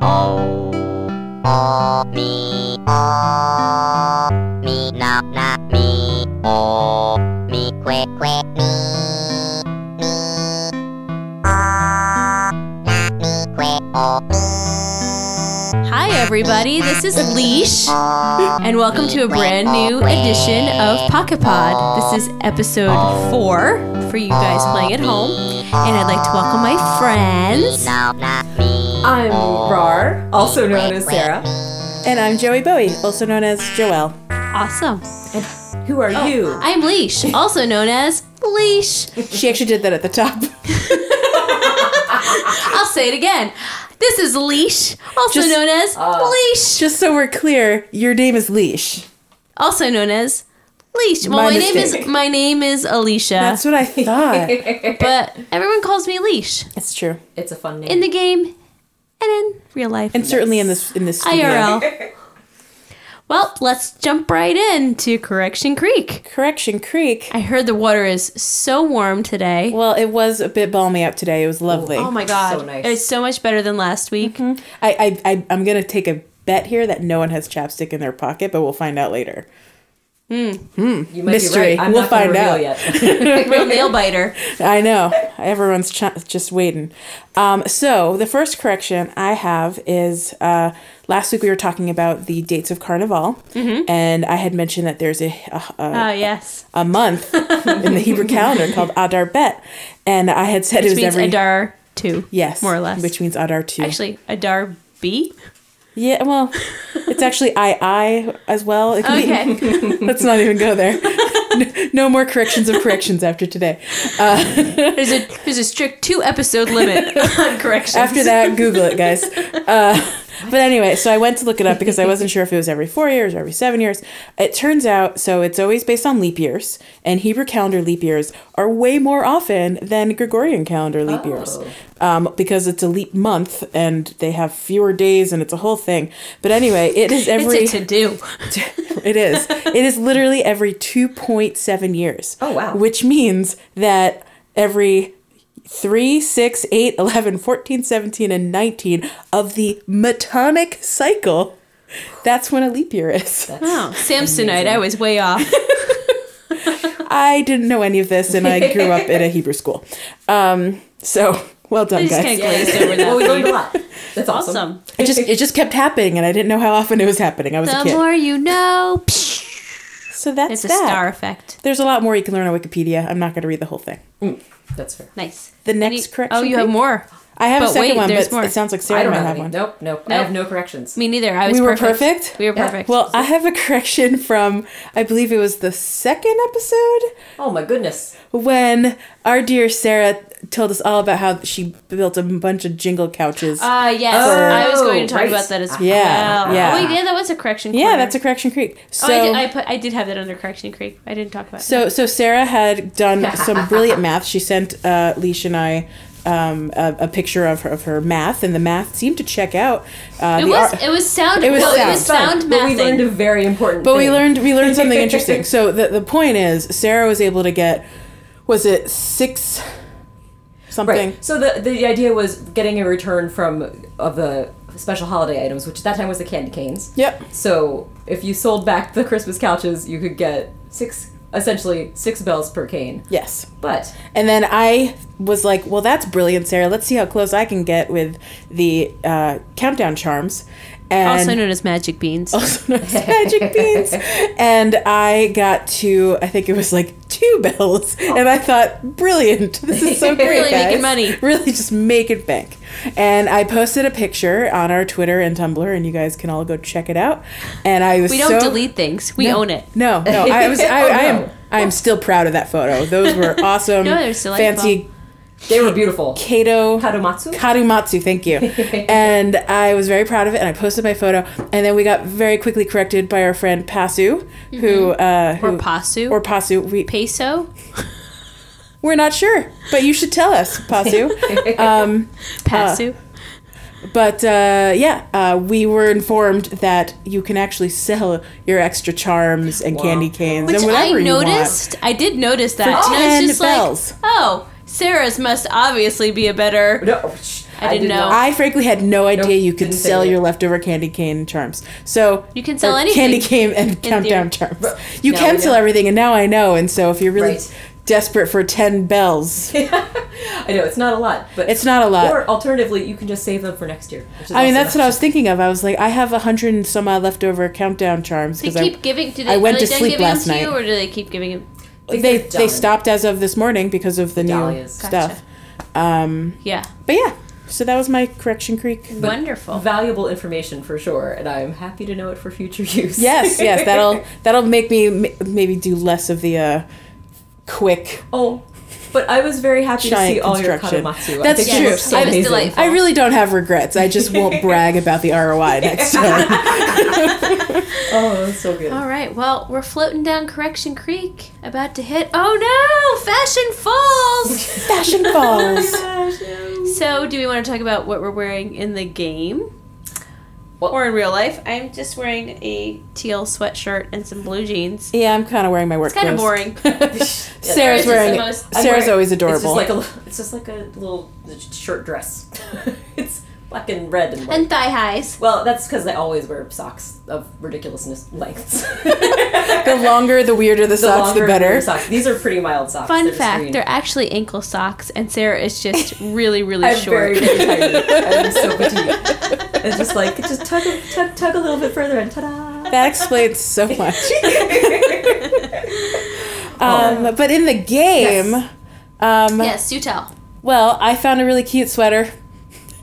おおみおみななみおみくえくえみみおなみくえおみ Hi, everybody. This is Leash, お and welcome to a brand new edition of Pocket Pod. This is episode four for you guys playing at home, and I'd like to welcome my friends. ななみ I'm Rar, also known as Sarah. And I'm Joey Bowie, also known as Joelle. Awesome. Who are you? I'm Leash, also known as Leash. She actually did that at the top. I'll say it again. This is Leash, also Just- uh, known as Leash, Just so we're clear, your name is Leash. also known as Leash. Well, My my, name is mistake. my name is Alicia, That's what I thought. but everyone calls me Leash it's true, It's a fun name. in the game and in real life. and certainly in this in this studio. IRL. well, let's jump right into Correction Creek. Correction Creek. I heard the water is so warm today. Well, it was a bit balmy out today. It was lovely. oh my god, so nice. it's so Mm-hmm. much better than last week. I, I, I I'm gonna take a bet here that no one has chapstick in their pocket, but we'll find out later. you might mystery. Be right. I'm We'll not gonna find reveal out. Yet. Real nail biter. I know everyone's ch- just waiting. Um, so the first correction I have is uh, last week we were talking about the dates of Carnival, Mm-hmm. and I had mentioned that there's a, a, a Oh yes, a month in the Hebrew calendar called Adar Bet, and I had said it which was means every Adar two. yes, more or less. which means Adar two. actually Adar B. yeah, well, it's actually I I as well. It could be- Okay, let's not even go there. No- No more corrections of corrections after today. there's a there's a strict two episode limit on corrections. After that, Google it, guys. Uh, but anyway, so I went to look it up because I wasn't sure if it was every four years or every seven years. It turns out, so it's always based on leap years, and Hebrew calendar leap years are way more often than Gregorian calendar leap years um, because it's a leap month and they have fewer days and it's a whole thing. But anyway, it is every. it's a to do. It is. It is literally every 2.7 years. Oh, wow. Which means that every 3, 6, 8, 11, 14, 17, and 19 of the metonic cycle, that's when a leap year is. Oh, Samsonite, I was way off. I didn't know any of this, and I grew up in a Hebrew school. Um, so, well done, I just guys. kind of glazed over that. well, we learned a one. lot. That's awesome. Awesome. It just, it just kept happening, and I didn't know how often it was happening. I was a The kid. more you know. so that's It's a that. star effect. There's a lot more you can learn on Wikipedia. I'm not going to read the whole thing. Mm. That's fair. Nice. The Any- next correction Oh, you have creek? more. I have a But second wait, one, there's but more. it sounds like Sarah I don't might have, have any. one. Nope, nope. I Nope. have no corrections. Me neither. I was We were perfect. perfect? We were Yeah. perfect. Well, I have a correction from I believe it was the second episode Oh my goodness. when our dear Sarah told us all about how she built a bunch of jingle couches. Ah, yes. Oh, I was going to talk right. about that as well. Yeah, yeah. Oh, wait, yeah, that was a correction. yeah, corner. that's a correction creek. So Oh, I, did, I, put, I did have that under correction creek. I didn't talk about it. So, so Sarah had done some brilliant math. She sent uh, Leash and I um, a, a picture of her, of her math, and the math seemed to check out. Uh, It the was, ar- it was sound. It was no, It sound. was sound But we learned a mathing. very important But we learned we learned something interesting. So the the point is, Sarah was able to get was it six something? Right. So the the idea was getting a return from of the special holiday items, which that time was the candy canes. Yep. So if you sold back the Christmas couches, you could get six essentially six bells per cane. Yes. But And then I was like, well, that's brilliant, Sarah. Let's see how close I can get with the uh, countdown charms. And Oh, Also known as magic beans. also known as magic beans. And I got to, I think it was like two bells. And I thought, brilliant. This is so great. Oh. Really making guys. money. Really just making bank. And I posted a picture on our Twitter and Tumblr, and you guys can all go check it out. And I was we don't so- delete things. We own it. no, no, I was. I, Oh, I no. am. I am still proud of that photo. Those were awesome. No, they're still like fancy they were beautiful. Kato Kadomatsu? Kadomatsu. Thank you. and I was very proud of it, and I posted my photo. And then we got very quickly corrected by our friend Pasu, who uh, who Or Pasu. or Uh, Pasu. We Peso. we're not sure, but you should tell us, Pasu. Pasu. But uh, yeah, uh, we were informed that you can actually sell your extra charms and candy canes Which and whatever I you want. noticed. I did notice that. and For I was 10 just bells. like, oh, Sarah's must obviously be a better. No, psh, I didn't did know. not- I frankly had no idea you could didn't say sell that. your leftover candy cane charms. So You can sell or anything Candy cane and countdown charms. Right. You Now can we sell know. everything, and now I know. And so if you're really Right. desperate for ten bells, I know it's not a lot, but it's not a lot. Or alternatively, you can just save them for next year. which is I mean, also that's an what I was thinking of. I was like, I have a hundred and some odd leftover countdown charms They because keep I. giving. Do they, I went are they to done sleep giving last them to night. you, or do they keep giving them? option. They, They're they done. stopped as of this morning because of the new Dahlias. Gotcha. stuff. Um, Yeah, but yeah, so that was my correction creek. wonderful. Valuable information for sure, and I'm happy to know it for future use. Yes, yes, that'll that'll make me m- maybe do less of the uh, quick. oh, but I was very happy to Giant see all your construction. katamatsu. That's I think true. it looks so I was amazing. delightful. I really don't have regrets. I just won't brag about the ROI next time. Oh, that's so good. All right, well, we're floating down Correction Creek, about to hit. Oh no, Fashion Falls. Fashion falls. so, do we want to talk about what we're wearing in the game? or in real life, I'm just wearing a teal sweatshirt and some blue jeans. Yeah, I'm kind of wearing my work. kinda clothes. boring. Sarah's Sarah's is wearing the it. most- I'm Sarah's wearing- always adorable. It's just like a li- it's just like a little shirt dress. it's black and red and, white. And thigh highs. well, that's because I always wear socks of ridiculousness lengths. the longer, the weirder the socks, the longer better. Socks. These are pretty mild socks. Fun They're just fact, green. they're actually ankle socks, and Sarah is just really, really I'm short. very, very tiny. I'm so petite. It's just like just tug, a- tug, tug a little bit further and ta-da. That explains so much. um, but in the game, Yes. um, yes, do tell. well, I found a really cute sweater.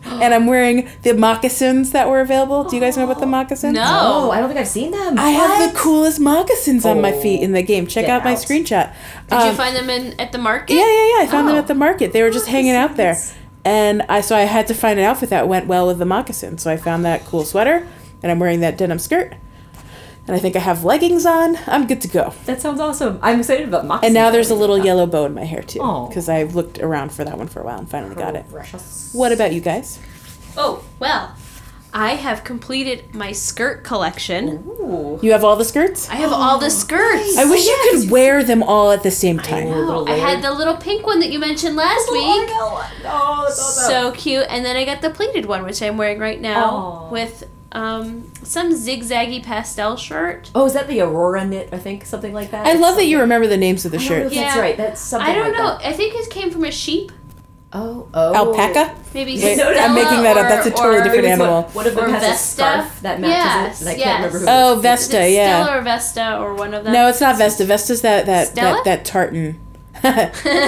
And I'm wearing the moccasins that were available. Do you guys know about the moccasins? No. Oh, I don't think I've seen them. I have the coolest moccasins on my Oh. feet in the game. Check Get out my out. screenshot. Did Um, you find them in at the market? Yeah, yeah, yeah. I found them Oh. at the market. They were just hanging out there. And I so I had to find an outfit that went well with the moccasin. So I found that cool sweater and I'm wearing that denim skirt. And I think I have leggings on. I'm good to go. That sounds awesome. I'm excited about moccasins. And now there's a little yellow bow in my hair too Oh. because I looked around for that one for a while and finally got it. Precious. What about you guys? Oh, well, I have completed my skirt collection. Ooh. You have all the skirts? I have all the skirts. Oh, I wish you could wear them all at the same I time. know. I had the little pink one that you mentioned last Oh, week. no. Oh, it's awesome. So cute. And then I got the pleated one, which I'm wearing right now Oh. Aw. with um, some zigzaggy pastel shirt. Oh, is that the Aurora knit? I think something like that. I love that you remember the names of the I don't know if shirts. That's Yeah. right. That's something. I don't like know. That. I think it came from a sheep. Oh, oh. Alpaca? Maybe Wait, Stella I'm making that or, up. That's a totally or- different It's animal. What, one of them Or has Vesta? a scarf that matches Yes, it, and I yes. can't remember who. Oh, it is. Is it Vesta, yeah. Stella or Vesta or one of them. No, it's not Vesta. Vesta's that that Stella? that, that tartan. Stella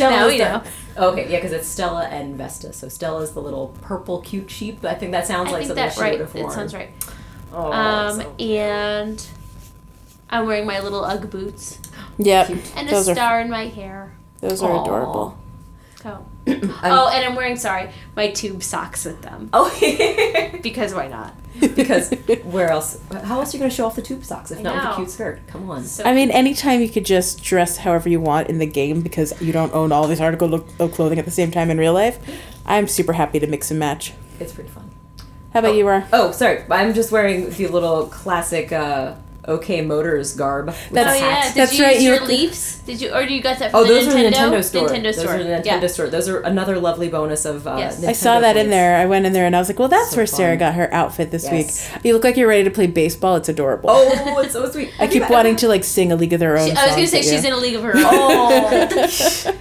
now is we the- know. Okay, yeah, because it's Stella and Vesta. So Stella's the little purple cute sheep. I think that sounds I like think something that's she right. would have worn. It sounds right. Oh, Um, so- and I'm wearing my little UGG boots Yep. and Those a are star in my hair. those are Aw. adorable. Oh. oh, and I'm wearing sorry my tube socks with them Oh, because why not? because where else? How else are you going to show off the tube socks if I not with know. a cute skirt? Come on. So Oh, I mean, anytime you could just dress however you want in the game because you don't own all these articles of- of clothing at the same time in real life, I'm super happy to mix and match. It's pretty fun. How about you, Ra? Oh, sorry. I'm just wearing the little classic uh, OK Motors garb. with a That's- oh yeah, hat. did That's you right, Use you your were- leaves? Did you or do you got that from Oh, the those Nintendo? are the Nintendo store. Nintendo those store. are the Nintendo yeah. store. Those are another lovely bonus of. Uh, Yes. Nintendo I saw that in points. there. I went in there and I was like, well, that's So where Sarah fun. got her outfit this Yes. week. You look like you're ready to play baseball. It's adorable. Oh, it's so sweet. I keep wanting to like sing a League of Their Own. She- I was gonna say song to she's you. in a league of her own. Oh. but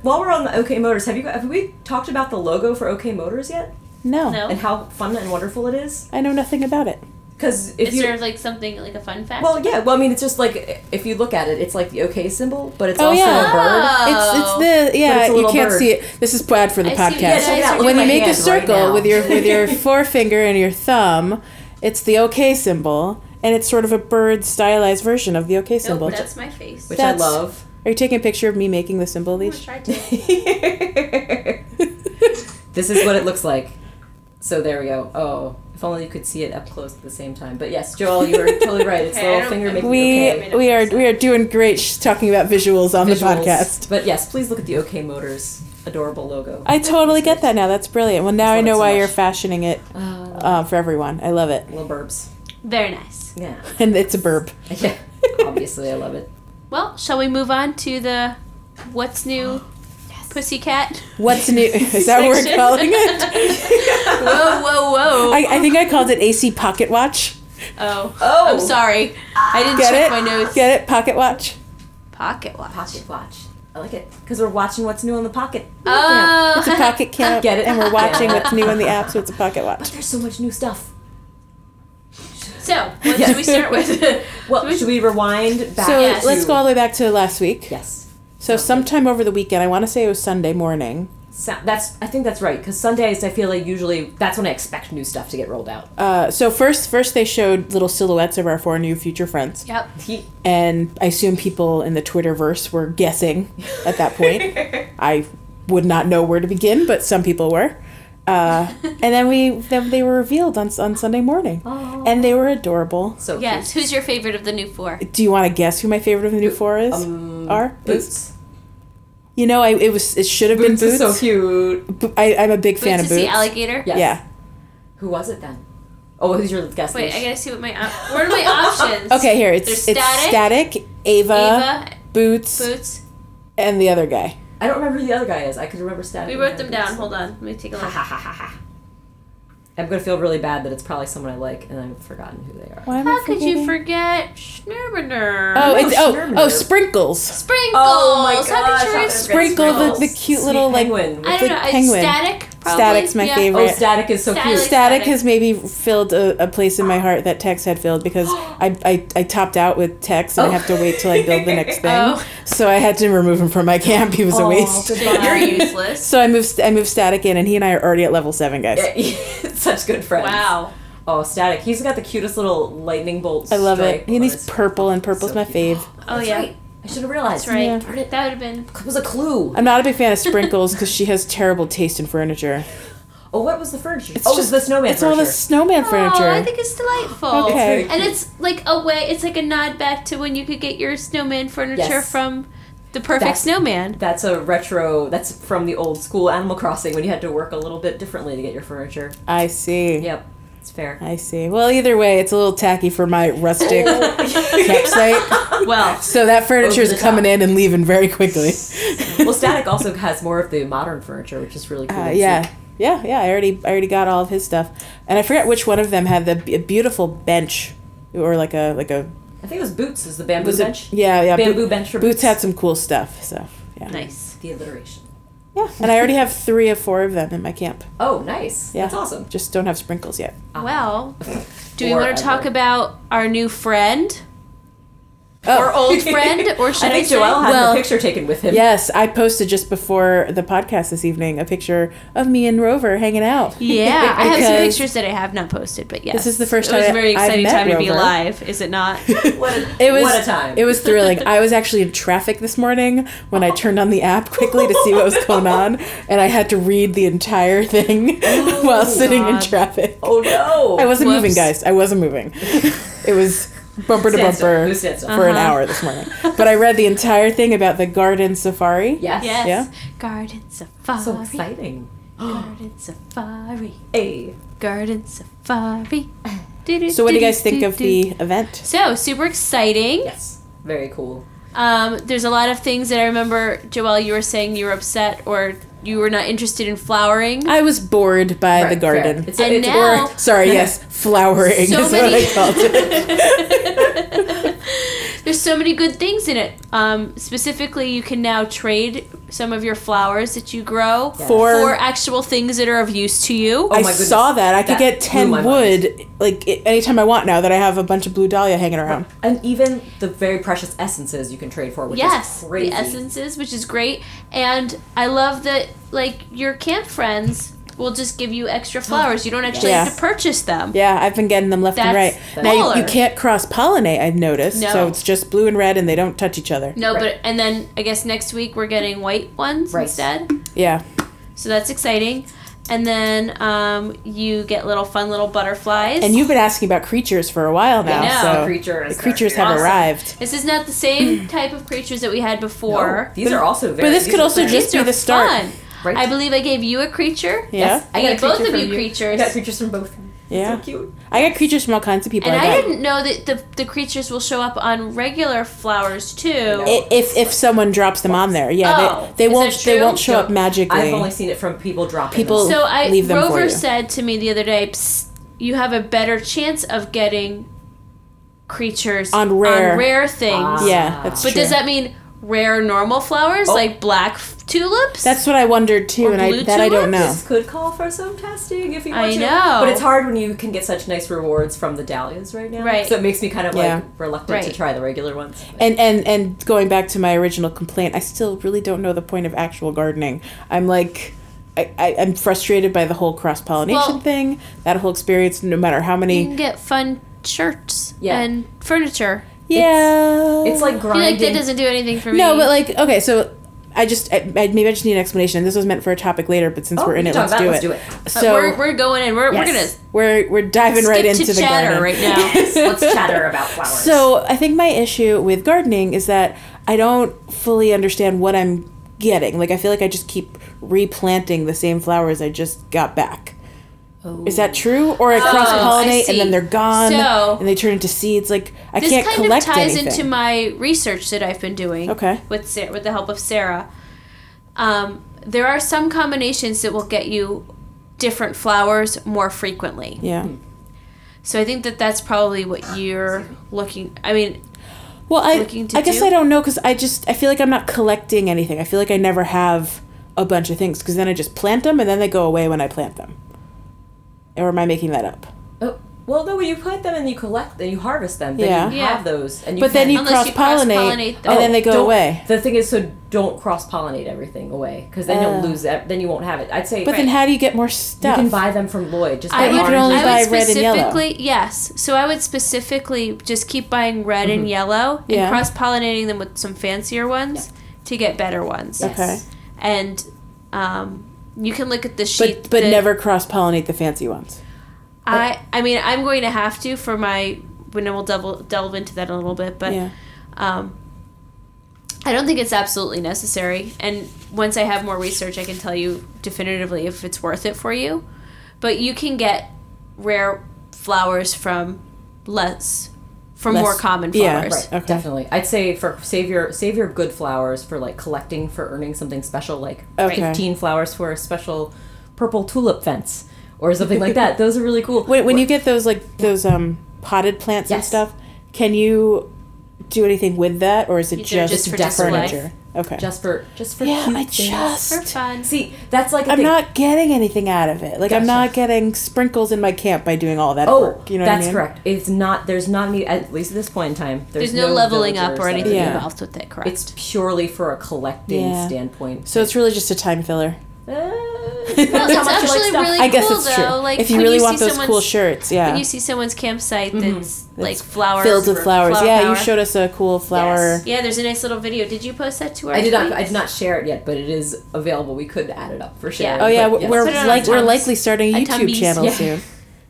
while we're on the OK Motors, have you have we talked about the logo for OK Motors yet? No, No. And how fun and wonderful it is? I know nothing about it. Because if Is you there like something like a fun fact? well, yeah. Well, I mean, it's just like if you look at it, it's like the OK symbol, but it's Oh, also yeah. a bird. Oh. It's it's the But yeah. it's a you little can't bird. see it. This is bad for the I see what podcast. you guys Yeah, check it out. are Look when at doing. you my make a hand right circle now. with your with your forefinger and your thumb, it's the OK symbol, and it's sort of a bird stylized version of the OK Nope, symbol. that's my face. which That's- I love. Are you taking a picture of me making the symbol, I Leash? tried to. this is what it looks like. So there we go. Oh, if only you could see it up close at the same time. But yes, Joel, you were totally right. It's Okay, the I little don't- finger making We OK. we are we are doing great sh- talking about visuals on the visuals. podcast. But yes, please look at the OK Motors adorable logo. I totally get that now. That's brilliant. Well, now Just I love it know so why much. you're fashioning it Uh, uh, Oh. for everyone. I love it, little burbs. Very nice. Yeah. and it's a burp. Yeah. Obviously, I love it. Well, shall we move on to the what's new Pussycat. What's new? Is that what we're Section. calling it? Whoa, whoa, whoa. I, I think I called it AC Pocket Watch. oh. Oh. I'm sorry. I didn't Get check it? my notes. Get it? Pocket Watch. Pocket watch. Pocket watch. I like it because we're watching what's new on the pocket. Oh. It's a pocket camp. Get it? And we're watching Yeah. what's new in the app, so it's a pocket watch. There's so much new stuff. so, what Yeah. should we start with? Well, should we rewind back? So Yes. to- let's go all the way back to last week. Yes. So sometime over the weekend, I want to say it was Sunday morning. So, that's. I think that's right because Sundays I feel like usually that's when I expect new stuff to get rolled out. Uh, so first, first they showed little silhouettes of our four new future friends, yep. He- and I assume people in the Twitterverse were guessing at that point. I would not know where to begin, but some people were. Uh, and then we then they were revealed on on Sunday morning, Oh. and they were adorable. Oh. so Yes. Who's your favorite of the new four? Do you want to guess who my favorite of the new four is? Um, Are cute. Boots. you know I it was it should have been Boots Boots. is so cute. Bo- I, I'm a big fan Boots of is the Boots. alligator. Yes. Yeah. Who was it then? Oh, who's your guest? Wait, Nish? I gotta see what my op- what are my options? Okay, here it's There's it's Static, static, Ava, Ava, Boots, Boots. and the other guy. I don't remember who the other guy is. I could remember Static. We and wrote them Boots. down. Hold on. Let me take a Ha look. ha ha ha ha. I'm gonna feel really bad that it's probably someone I like and I've forgotten who they are. Why am I How could you forget forgetting? Schnurbener? Oh, it's oh Sherman. oh sprinkles. Sprinkles! Oh my How gosh, could you forget I thought they were gonna Sprinkle the, Sprinkles? the cute Sweet little like penguin. I the don't know. I- penguin. Static, probably. Static's my Yeah. favorite. oh, Static is so Static. cute. Static Static. has maybe filled a, a place in my heart that Tex had filled because I, I, I topped out with Tex and I Oh. have to wait till I build the next thing. Oh. So I had to remove him from my camp. He was a Aw, waste. good They are Goodbye. useless. So I moved I moved Static in and he and I are already at level seven guys. Yeah, Such good friends. Wow. Oh, Static. He's got the cutest little lightning bolts. I love it. stripe And on he's his- purple and purple's So my cute. fave. Oh, That's yeah. right. I should have realized. That's right. Darn it. That would have been. It was a clue. I'm not a big fan of sprinkles because she has terrible taste in furniture. Oh, what was the furniture? oh, it was the snowman It's furniture. all the snowman Oh, furniture. I think it's delightful. Okay. And it's like a way, it's like a nod back to when you could get your snowman furniture Yes. from the perfect That's- snowman. That's a retro. That's from the old school Animal Crossing when you had to work a little bit differently to get your furniture. I see. Yep, it's fair. I see. Well, either way, it's a little tacky for my rustic Oh. campsite. Well, So that furniture Over is the coming top. in and leaving very quickly. well, Static also has more of the modern furniture, which is really cool. Uh, to see. yeah, yeah, yeah. I already, I already got all of his stuff, and I forget which one of them had the b- beautiful bench, or like a like a I think it was Boots is the bamboo was it- bench. yeah, yeah. Bo- Bamboo bench for Boots Boots. had some cool stuff. So yeah, nice. The alliteration. yeah. And I already have three or four of them in my camp. Oh, nice. Yeah, That's awesome. Uh, Just don't have sprinkles yet. Well, Uh-huh. do we Or want to talk ever. about our new friend? Oh. Or old friend? Or should I I, think say? Joelle had Well- her picture taken with him. Yes, I posted just before the podcast this evening a picture of me and Rover hanging out. Yeah, I have some Because- pictures that I have not posted, but yes. This is the first It was a time very I- I've exciting met time to be Rover. alive, is it not? What a, It was what a time. It was thrilling. I was actually in traffic this morning when I turned on the app quickly to see what was going on, and I had to read the entire thing while sitting God. in traffic. Oh no. I wasn't moving, Whoops. guys. I wasn't moving. it was bumper to Stand still. bumper Who stands for still? an Uh-huh. hour this morning. But I read the entire thing about the garden safari. yes. Yes. Uh-huh. Yeah. Garden Safari. So exciting. Garden Safari. Hey. Garden Safari. So, what do you guys think of the event? So, super exciting. Yes. Very cool. Um, there's a lot of things that I remember, Joelle, you were saying you were upset or you were not interested in flowering. I was bored by Right, the garden. fair. It's a, And it's a- now- Or, sorry, yes, flowering So is what many- I called it. There's so many good things in it. Um, specifically, you can now trade some of your flowers that you grow Yes. For- for actual things that are of use to you. I Oh goodness, saw that. I could that get ten blew my wood like i- anytime I want now that I have a bunch of blue dahlia hanging around. and even the very precious essences you can trade for, which yes, is crazy. the essences, which is great, and I love that like your camp friends will just give you extra Oh, flowers. You don't actually have Yeah. to purchase them. Yeah, I've been getting them left and That's right. Now you, you baller. can't cross pollinate. I've noticed, so No. it's just blue and red, and they don't touch each other. No, Right. but and then I guess next week we're getting white ones Right. instead. Yeah, So that's exciting. And then um, you get little fun little butterflies. and you've been asking about creatures for a while now, know. so The creature the is creatures have awesome. arrived. This is not the same type of creatures that we had before. No, these are also very. But this these could are also very- just These be are the start. fun. Right. I believe I gave you a creature. Yeah. I got a gave both creature of from you creatures. I got creatures from both. Yeah. So cute. I got creatures from all kinds of people. And I I got- didn't know that the, the creatures will show up on regular flowers too. I- if if someone drops them on there, yeah, Oh, they, is they won't that they true? won't show up magically. I've only seen it from people dropping. People- them. So I Leave them for Rover you. said to me the other day, Psst, "You have a better chance of getting creatures On rare. things." Ah. yeah, that's But true. does that mean rare normal flowers Oh. like black f- tulips? That's what I wondered too, Or and I blue that I don't tulips? know. This could call for some testing if you I want to. know. But it's hard when you can get such nice rewards from the dahlias right now. Right. So it makes me kind of Yeah. like reluctant to Right. try the regular ones. And and and going back to my original complaint, I still really don't know the point of actual gardening. I'm like. I, I, I'm frustrated by the whole cross pollination Well- Mm, thing, that whole experience, no matter how you many. can get fun shirts Yeah. and furniture. yeah. It's like I feel like that grinding. doesn't do anything for me. No, but like, okay, so I just, I, I, maybe I just need an explanation. This was meant for a topic later, but since Oh, we're in we it, can let's talk do, about it. it. Uh, So we're, we're going and we're, we're gonna Yes. we're we're diving right skip into to the chatter garden. right now. Let's, let's chatter about flowers. So I think my issue with gardening is that I don't fully understand what I'm getting. Like I feel like I just keep replanting the same flowers I just got back. Is that true? Or I cross Oh, I pollinate see. and then they're gone So- and they turn into seeds. Like I this can't kind of collect ties anything. into my research that I've been doing. Okay. With Sa- with the help of Sarah, um, there are some combinations that will get you different flowers more frequently. yeah. So I think that that's probably what you're looking. I mean, Well, I looking to I guess do? I don't know because I just I feel like I'm not collecting anything. I feel like I never have a bunch of things because then I just plant them and then they go away when I plant them. Or am I making that up? Oh, well, no, when you plant them and you collect and you harvest them, then Yeah. you Yeah. have those. And you But then can- Oh, you Unless cross you pollinate cross-pollinate and then they go Don't- away. The thing is, so don't cross pollinate everything away because then Oh. you'll lose that. Then you won't have it. I'd say But then how do you get more stuff? you can buy them from Lloyd. Just I But buy would, you can oranges. only I would buy red and specifically, yellow. Yes. So I would specifically just keep buying red and yellow and Mm-hmm. Yeah. cross pollinating them with some fancier ones to get better ones. okay. And um, you can look at the sheet. But but that never cross pollinate the fancy ones. I I mean I'm going to have to for my when we'll double delve into that a little bit, but yeah. um, I don't think it's absolutely necessary. And once I have more research, I can tell you definitively if it's worth it for you. But you can get rare flowers from less, from Less- more common yeah, flowers. Right, Okay. definitely. I'd say for save your save your good flowers for like collecting for earning something special, like Okay. fifteen flowers for a special purple tulip fence or something like that. Those are really cool. When when you get those like those um potted plants and Yes. stuff, can you do anything with that or is it They're just, just for deck display. furniture? Okay. just for just for yeah, cute I things. For just fun. see that's like a I'm thing. not getting anything out of it. Like I'm Gotcha. not getting sprinkles in my camp by doing all that Oh, work. You know that's what I mean? correct. It's not. There's not any. At least at this point in time, there's, There's, no, leveling up villagers or that are anything Yeah. involved with it, correct? It's purely for a collecting Yeah. standpoint. So it's really just a time filler. Uh, well, that's it's how much you like actually stuff. really I guess cool it's true. though. Like if you when really you want see those cool someone's- shirts, yeah. When you see someone's campsite that's like That's flowers filled with flowers. flower yeah, power. you showed us a cool flower. Oh, Yeah, there's a nice little video. Did you post that to our? I did not. tweet? I did not share it yet, but it is available. We could add it up for sure. Yeah. Oh yeah, but yes. we're Put it on like we're Tumblr. likely starting a On YouTube Tumblr. channel Yeah. soon.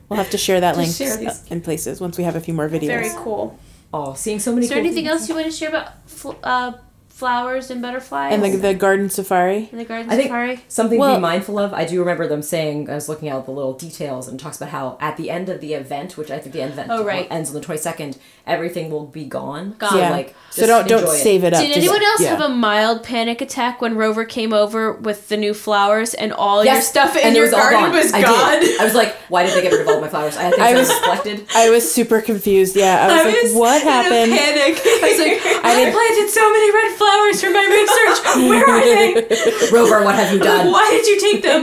We'll have to share that link share these. in places once we have a few more videos. Very cool. Oh, seeing so many. Is there cool anything things. else you want to share about fl- uh, flowers and butterflies And the, the garden safari. and the garden I think safari? something to Well- be mindful of. I do remember them saying I was looking at the little details and it talks about how at the end of the event, which I think the end event Oh, right. ends on the twenty second, everything will be gone. Gone. So, Yeah. like, so just don't don't enjoy save it up. Did just- anyone else yeah. have a mild panic attack when Rover came over with the new flowers and all your stuff in and it your was all garden was I gone? did. I was like, why did they get rid of all my flowers? I had things I I was- was collected. I was super confused. Yeah, I was like, what in a happened? panic. I was like, "Oh, I, didn't- planted so many red flowers for my research. Where are they? Rover, what have you done? Why did you take them?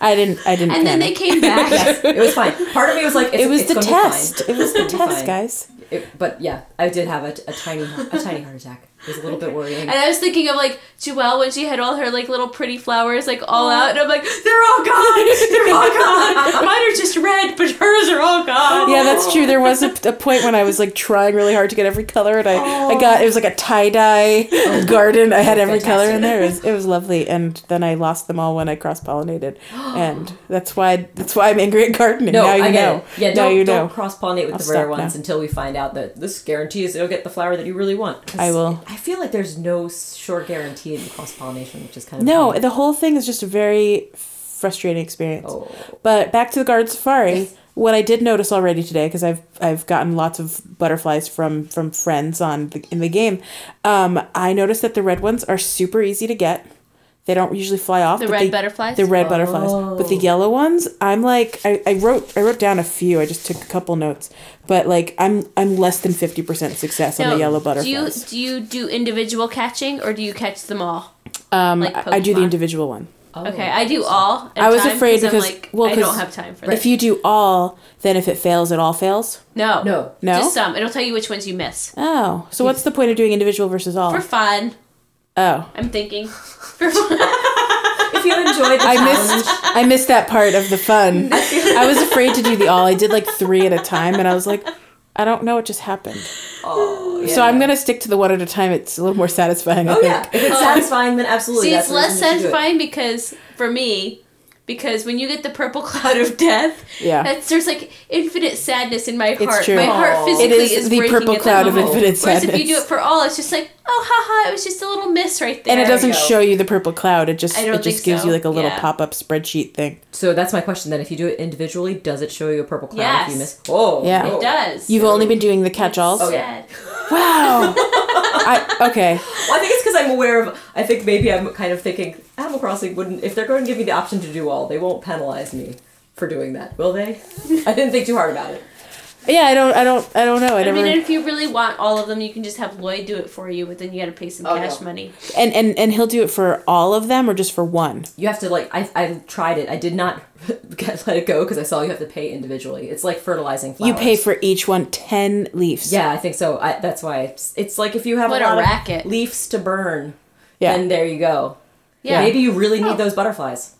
I didn't. I didn't. And then they panic. came back. yes, it was fine. Part of me was like, it's, It was it's the gonna be fine. test. It was the It's gonna be test, fine. guys. It- but yeah, I did have a, a tiny a tiny heart attack. It was a little bit worrying. And I was thinking of like Joelle when she had all her like little pretty flowers like all out, and I'm like, they're all gone, they're all gone. Mine are just red, but hers are all gone. Oh. Yeah, that's true. There was a, a point when I was like trying really hard to get every color, and I, I got it was like a tie dye Oh. garden. I had every color in there. It was, it was lovely, and then I lost them all when I cross pollinated, and that's why that's why I'm angry at gardening. No, now you I get know. it. Yeah, now don't, you don't know. cross pollinate with the stop rare now. ones until we find out that this guarantees it'll get the flower that you really want. 'Cause I will. I feel like there's no sure guarantee in cross pollination, which is kind of No, Mm. funny. the whole thing is just a very frustrating experience. Oh. But back to the garden safari. What I did notice already today, because I've I've gotten lots of butterflies from from friends on the, in the game, um, I noticed that the red ones are super easy to get. They don't usually fly off. The but red they- butterflies? Oh. The red butterflies. But the yellow ones, I'm like I, I wrote I wrote down a few. I just took a couple notes. But like I'm I'm less than fifty percent success on Now, the yellow Do you butterflies. do you do individual catching or do you catch them all? um like I I do the Pokemon? individual one. Oh. Okay, I do all. At I was time afraid I'm because like, well, I 'cause don't have time for If that. you do all, then if it fails, it all fails. No, No. No? just some. It'll tell you which ones you miss Oh, so what's the point of doing individual versus all? for fun. oh, I'm thinking. For fun. If you enjoyed the I challenge, missed I missed that part of the fun. I was afraid to do the all. I did like three at a time, and I was like, I don't know what just happened. oh, yeah. So I'm gonna stick to the one at a time. It's a little more satisfying. I Oh think. yeah, if it's satisfying, then absolutely. See, that's it's the less reason you should do it. satisfying because for me, because when you get the purple cloud of death, Yeah. that's, there's like infinite sadness in my heart. true. My heart Aw. physically It is the breaking purple at that cloud of moment. infinite Whereas if you sadness. do it for all, it's just like, oh, haha, it was just a little miss right there. And it doesn't go. show you the purple cloud. It just I don't it just think gives so. you like a little Yeah. pop up spreadsheet thing. So that's my question then. If you do it individually, does it show you a purple cloud if you Yes. miss? Oh, Yeah. oh. It does. You've only been doing the catch alls. Oh, yeah. Wow. I, okay. Well, I think it's because I'm aware of. I think maybe I'm kind of thinking Animal Crossing wouldn't. If they're going to give me the option to do all, they won't penalize me for doing that, will they? I didn't think too hard about it. Yeah, I don't. I don't. I don't know. I, I never. mean, if you really want all of them, you can just have Lloyd do it for you, but then you gotta pay some Oh, cash no. money. and and and he'll do it for all of them or just for one. You have to like. I I tried it. I did not get, let it go because I saw you have to pay individually. It's like fertilizing flowers. You pay for each one ten leaves. Yeah, I think so. I, that's why it's, it's like if you have What a a lot racket. of leaves to burn, Yeah. then there you go. Yeah. Maybe you really Oh. need those butterflies.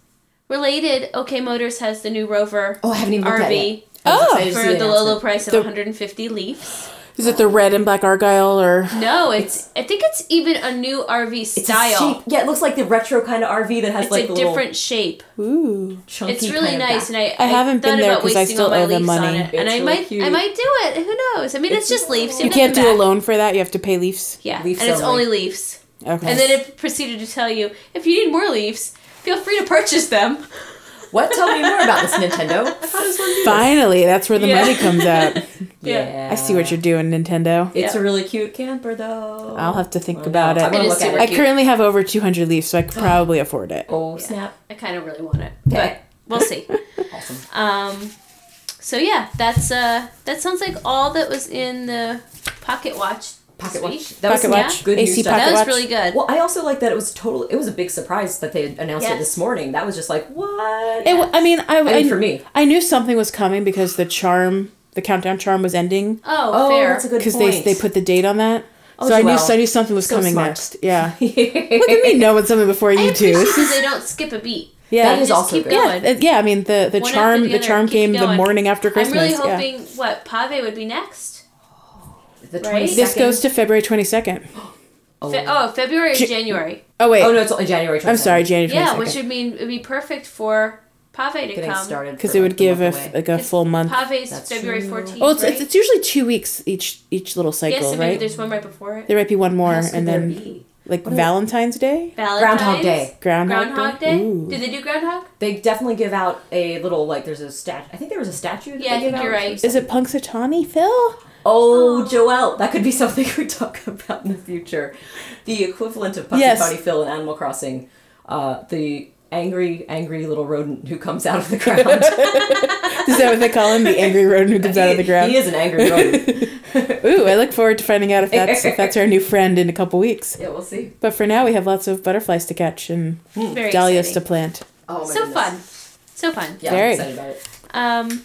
Related, OK Motors has the new Rover Oh, I haven't even looked at it. RV I was Oh. excited to see for the low, low announcement. price of The- 150 leafs. Is it the red and black argyle or? No, it's. I think it's even a new RV It's a style. shape- Yeah, it looks like the retro kind of RV that has It's like a the little different shape. Ooh. chunky It's really kind of nice, and back. I, I haven't been thought there about 'cause I wasting still all my owe them leaves on money. it, and It's I really might I cute. might do it. Who knows? I mean, it's, just leaves. You Give can't them do a back. loan for that. You have to pay leaves. Yeah, Leaves and it's only. only leaves. Okay. And then it proceeded to tell you if you need more leaves, feel free to purchase them. What? Tell me more about this Nintendo. How does one do this? Finally, that's where the Yeah. money comes out. Yeah. I see what you're doing, Nintendo. It's Yeah. a really cute camper, though. I'll have to think Oh, no. about I'm it. gonna It is look at super I cute. currently have over 200 leaves, so I could probably afford it. Oh snap! I kind of really want it, Okay. but we'll see. Awesome. Um, so yeah, that's uh, that sounds like all that was in the pocket watch. Pocket this week. watch. That was Pocket some watch, Good AC news stuff. pocket That was watch. really good. Well, I also like that it was total. It was a big surprise that they had announced it Yes. this morning. That was just like what? It, wa- I mean, I, mean, for me. I knew something was coming because the charm, the countdown charm, was ending Oh, oh, fair. that's a good because point. they they put the date on that. Oh, so I knew well. I knew something was So coming smart. next. Yeah. Look Look at me knowing something before I you appreciate do. because they don't skip a beat. Yeah. That is Just also keep good. going. Uh, yeah, I mean the, the One after charm the, other, charm keep came the going. morning after I'm Christmas. really yeah. hoping what Pave would be next. the Right? twenty second. This goes to February 22nd. Oh. Fe- oh, February or J- January. Oh wait, Oh, no, it's only January. 22nd. I'm sorry, January 22nd. Yeah, which would mean it would be perfect for Pave to Getting come. started because for it would the give a, month f- away. like a full month. Pave's That's February true. 14th. Well, it's, right? it's, it's usually two weeks each each little cycle, yes, and maybe right? there's one right before it. There might be one more, What else and would there then be? like What are- Valentine's Day, Valentine's, Groundhog Day. Groundhog, Groundhog Day. Ooh. Do they do Groundhog? They definitely give out a little like there's a stat. I think there was a statue. That Yeah, I they give think out you're right. or something. Is it Punxsutawney Phil? Oh, Joelle, that could be something we talk about in the future. The equivalent of Pussy Yes. Potty Phil in Animal Crossing, uh, the angry, angry little rodent who comes out of the ground. Is that what they call him? The angry rodent who comes out of the ground. He is an angry rodent. Ooh, I look forward to finding out if that's if that's our new friend in a couple weeks. yeah, we'll see. But for now, we have lots of butterflies to catch and Very dahlias to exciting. plant. Oh my So goodness. fun. So fun. Yeah, Very. I'm excited about it. Um,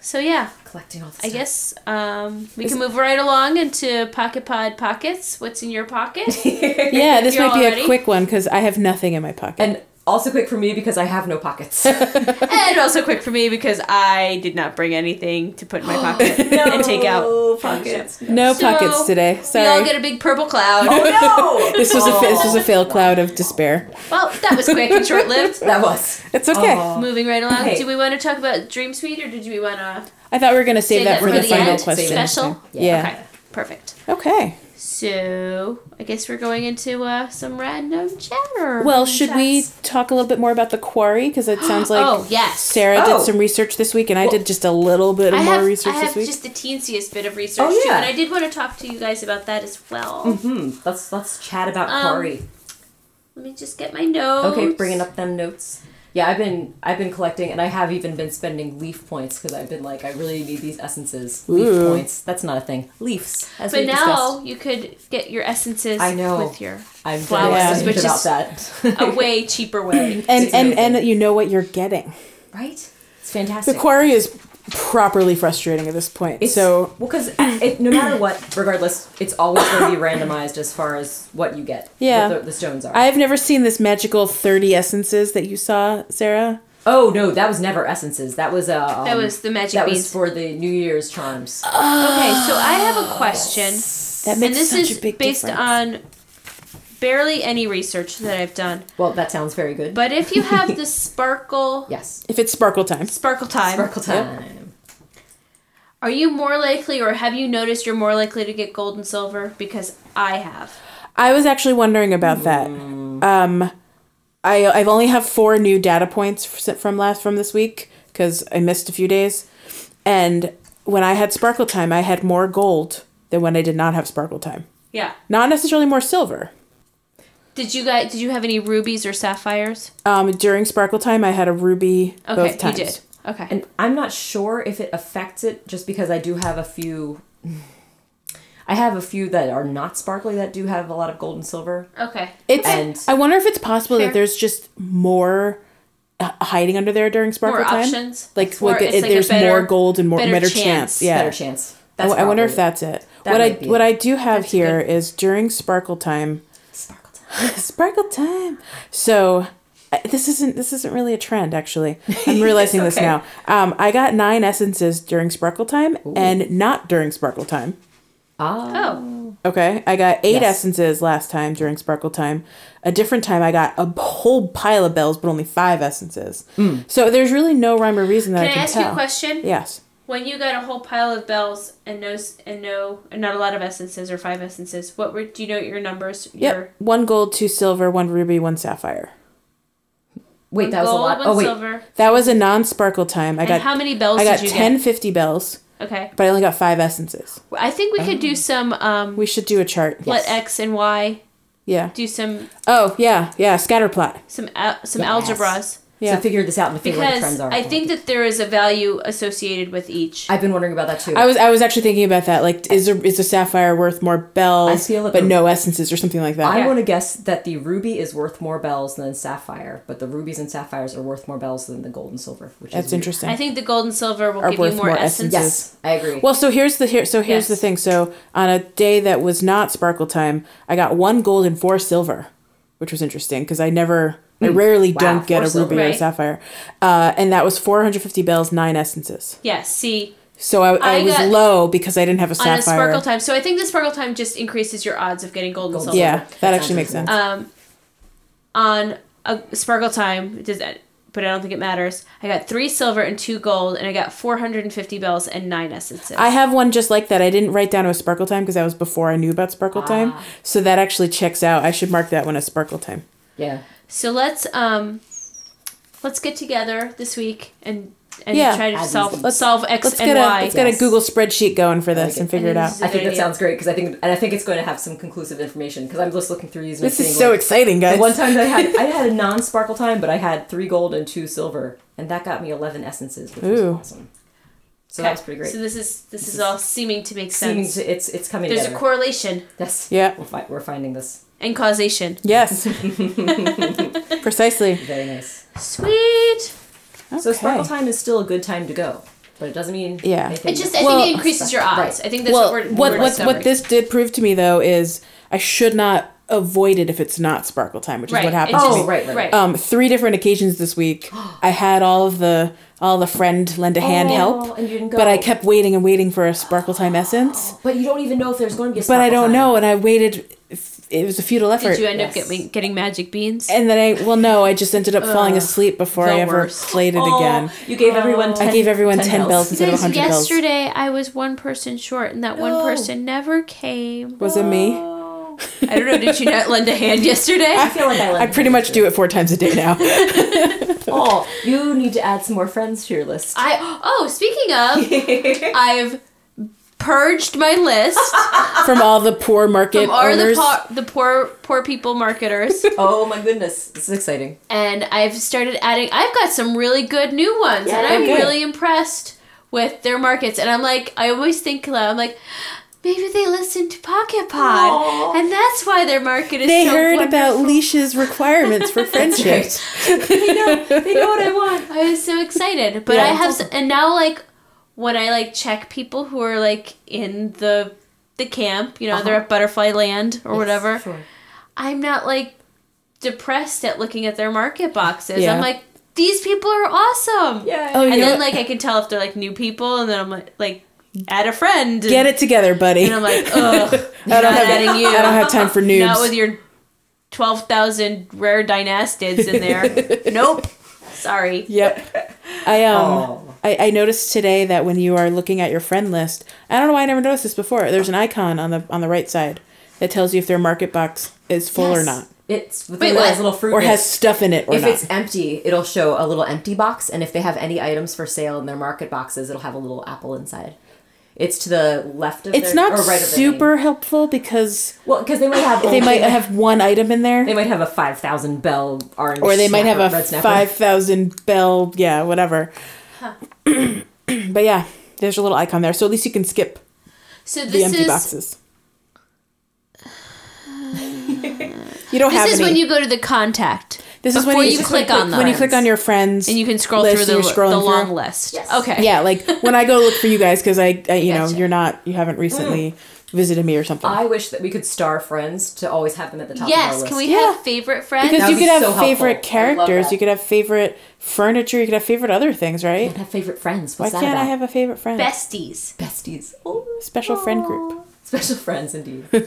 so yeah, Collecting all the I stuff. guess um, we can move right along into Pocket Pod Pockets. What's in your pocket? Yeah, this You're might be all ready? a quick one because I have nothing in my pocket. And also quick for me because I have no pockets. and also quick for me because I did not bring anything to put in my pocket and take out. No pockets. Oh, no So, pockets today. Sorry. We all get a Oh. big purple cloud. No. this was a fa- this was a fail cloud of despair. Well, that was quick and short lived. That was. It's okay. Aw. Moving right along. Hey. Do we want to talk about Dream Suite or did we want to I thought we were gonna save save that for the, final end? question. Special? Yeah. Okay, perfect. Okay. So I guess we're going into uh, some random chatter. Well, should we talk a little bit more about the quarry? Because it sounds like oh yes, Sarah Oh. did some research this week, and I did just a little bit of I more have, research I have this week. just the teensiest bit of research Oh, too, yeah. and I did want to talk to you guys about that as well. Hmm. Let's let's chat about Um, Corey. Let me just get my notes. Okay, bringing up them notes. Yeah, I've been I've been collecting, and I have even been spending leaf points because I've been like, I really need these essences. Leaf Ooh. points. That's not a thing. Leafs. As But we now discussed. you could get your essences I know. with your I'm very flowers, excited which about is that. a way cheaper way. and It's and amazing. and you know what you're getting. right? It's The fantastic. quarry is properly frustrating at this point. It's- so well, because no matter what, regardless, it's always going to be randomized as far as what you get. Yeah. what the, the stones are. I've never seen this magical thirty essences that you saw, Sarah. oh no, that was never essences. That was uh. um, That was the magic that was beans. Uh, for the New Year's charms. okay, so I have a question, That and makes this such is a big based on difference. barely any research that I've done. Well, that sounds very good. But if you have the sparkle yes, if it's sparkle time. sparkle time, sparkle time. are you more likely, or have you noticed you're more likely to get gold and silver? Because I have. I was actually wondering about that. Um, I I've only have four new data points f- from last from this week because I missed a few days, and when I had sparkle time, I had more gold than when I did not have sparkle time. Yeah. Not necessarily more silver. Did you guys? Did you have any rubies or sapphires? Um, during sparkle time, I had a ruby Okay, both times. you did. Okay. And I'm not sure if it affects it just because I do have a few. I have a few that are not sparkly that do have a lot of gold and silver. okay. It's. And- I wonder if it's possible Fair. that there's just more uh, hiding under there during sparkle More time. options. Like, More- like it- it's like a there's better- more gold and more better better, chance. chance. Yeah. Better chance. I w- I wonder if probably- that's it. That what I might be what it. I do have good. here is during sparkle time. sparkle time. Sparkle time. So I- this isn't this isn't really a trend actually. I'm realizing this okay. now. Um, I got nine essences during sparkle time and not during sparkle time. Ah, Oh. Okay, I got eight Yes. essences last time during Sparkle Time. A different time, I got a whole pile of bells, but only five essences. Hmm. So there's really no rhyme or reason that Can I I can ask tell. you a question? Yes. When you got a whole pile of bells and no s- and no and not a lot of essences or five essences, what were do you know your numbers? Yep. Your One gold, two silver, one ruby, one sapphire. wait, that was a gold, lot. one Oh wait, silver. That was a non-sparkle time. I And got how many bells I got did you ten get? fifty bells, Okay. but I only got five essences. I think we could do some um We should do a chart. let X and Y Yeah. do some Oh yeah, yeah. Scatter plot. some al- some Yes. algebras Yeah. so figure this out and figure what the because trends are. I think that there is a value associated with each. I've been wondering about that too. I was I was actually thinking about that. Like, is a is a sapphire worth more bells, I feel that but the- no essences or something like that? I want to guess that the ruby is worth more bells than sapphire, but the rubies and sapphires are worth more bells than the gold and silver, which That's is weird. interesting. I think the gold and silver will Are give you worth more, more essences. essences. Yes, I agree. Well, so here's the here, so here's the Yes. thing. So on a day that was not sparkle time, I got one gold and four silver, which was interesting because I never, I rarely don't four get a silver. ruby or a Right. sapphire, uh, and that was 450 bells, nine essences. Yes. See, So I, I, I was got- low because I didn't have a on a sapphire. sparkle time. So I think the sparkle time just increases your odds of getting gold and Gold. silver. yeah, that That actually sounds makes sense. reasonable. Um, on a sparkle time, it does that, but I don't think it matters. I got three silver and two gold, and I got 450 bells and nine essences. I have one just like that. I didn't write down it was sparkle time because that was before I knew about sparkle time. So that actually checks out. I should mark that one as sparkle time. yeah, so let's um, let's get together this week and and Yeah. try to Add solve these. let's, solve X Let's and get a Y. let's get a Yes. Google spreadsheet going for this like and it. figure it And out. this is a I think good that idea. sounds great because I think and I think it's going to have some conclusive information because I'm just looking through these. And This is seeing, so like, exciting, guys. The one time that I had I had a non sparkle time, but I had three gold and two silver, and that got me eleven essences, which was Ooh. awesome. So that was pretty great. So this is this, is, all seeming to make Seeming sense. to, it's it's coming There's a together. correlation yes. Yeah. We're, fi- we're finding this and causation. Yes. Precisely. very nice. Sweet. So sparkle Okay. time is still a good time to go, but it doesn't mean Yeah. anything It just I Well- think it increases your odds. Right. I think that's Well, what we're what we're what what discovering. this did prove to me though is I should not avoid it if it's not sparkle time, which right. is what it happened. just- to me. Oh, right, right, right. Um, three different occasions this week, I had all of the all the friend lend a hand Oh, help, and you didn't but I go. kept waiting and waiting for a sparkle time essence. But you don't even know if there's going to be. A But I don't sparkle time. know, and I waited it was a futile effort. Did you end up yes. getting getting magic beans? and then I well no, I just ended up falling asleep before the I ever worst. played it again. Oh, You gave everyone. 10, I gave everyone 10, bells, bells. instead of Guys, 100 bells. yesterday I was one person short, and that one No. person never came. Was it me? I don't know. Did you not lend a hand yesterday? I feel like I. I pretty much do it four times a day now. Oh, you need to add some more friends to your list. I oh, speaking of, I've purged my list from all the poor market from all the, owners. po- the poor poor people marketers, oh my goodness, this is exciting. and I've started adding. I've got some really good new ones, and Yay. I'm Good. really impressed with their markets. And I'm like, I always think loud. I'm like. Maybe they listen to Pocket Pod, Aw. and that's why their market is they so heard about wonderful. Leisha's requirements for friendship. They know what I want. I was so excited, but Yeah, I it's have s and now like when I like check people who are like in the the camp, you know, they're Uh-huh. at Butterfly Land or whatever. Sure. I'm not like depressed at looking at their market boxes. Yeah. I'm like these people are awesome. Yeah. Oh, And yeah. then like I can tell if they're like new people, and then I'm like like add a friend. And, Get it together, buddy. And I'm like, ugh, I not don't have adding you. I don't have time for noobs. Not with your twelve thousand rare dynastids in there. nope. Sorry. Yep. I um Oh. I, I noticed today that when you are looking at your friend list, I don't know why I never noticed this before. There's an icon on the on the right side that tells you if their market box is full or Yes. not, It's with Wait, those what? little fruit. or has bits. stuff in it or if not. it's empty, it'll show a little empty box, and if they have any items for sale in their market boxes, it'll have a little apple inside. It's to the left of. It's their, not or right of their name. super helpful because Well, because they might have. they might have one item in there, They might have a five thousand bell orange. or they might have snapper, a red snapper. five thousand bell. Yeah, whatever. but yeah, there's a little icon there, so at least you can skip So the this empty is boxes. you don't have this is any. when you go to the contact. This is Before when you you, this is when click on when you them. click on your friends, and you can scroll list through the, and you're the scrolling long through. list. Yes. Okay. Yeah, like when I go look for you guys because I, I, you know, Gotcha. Mm. you're not, you haven't recently visited me or something. I wish that we could star friends to always have them at the top. of our Yes. list. Can we Yeah. have favorite friends? because That you would could be have so helpful. I favorite love characters, that. you could have favorite furniture, you could have favorite other things, right? have favorite friends? Why What's can't that I about? have a favorite friend? besties. besties? Oh. Special friend group. Special friends, indeed. Oh.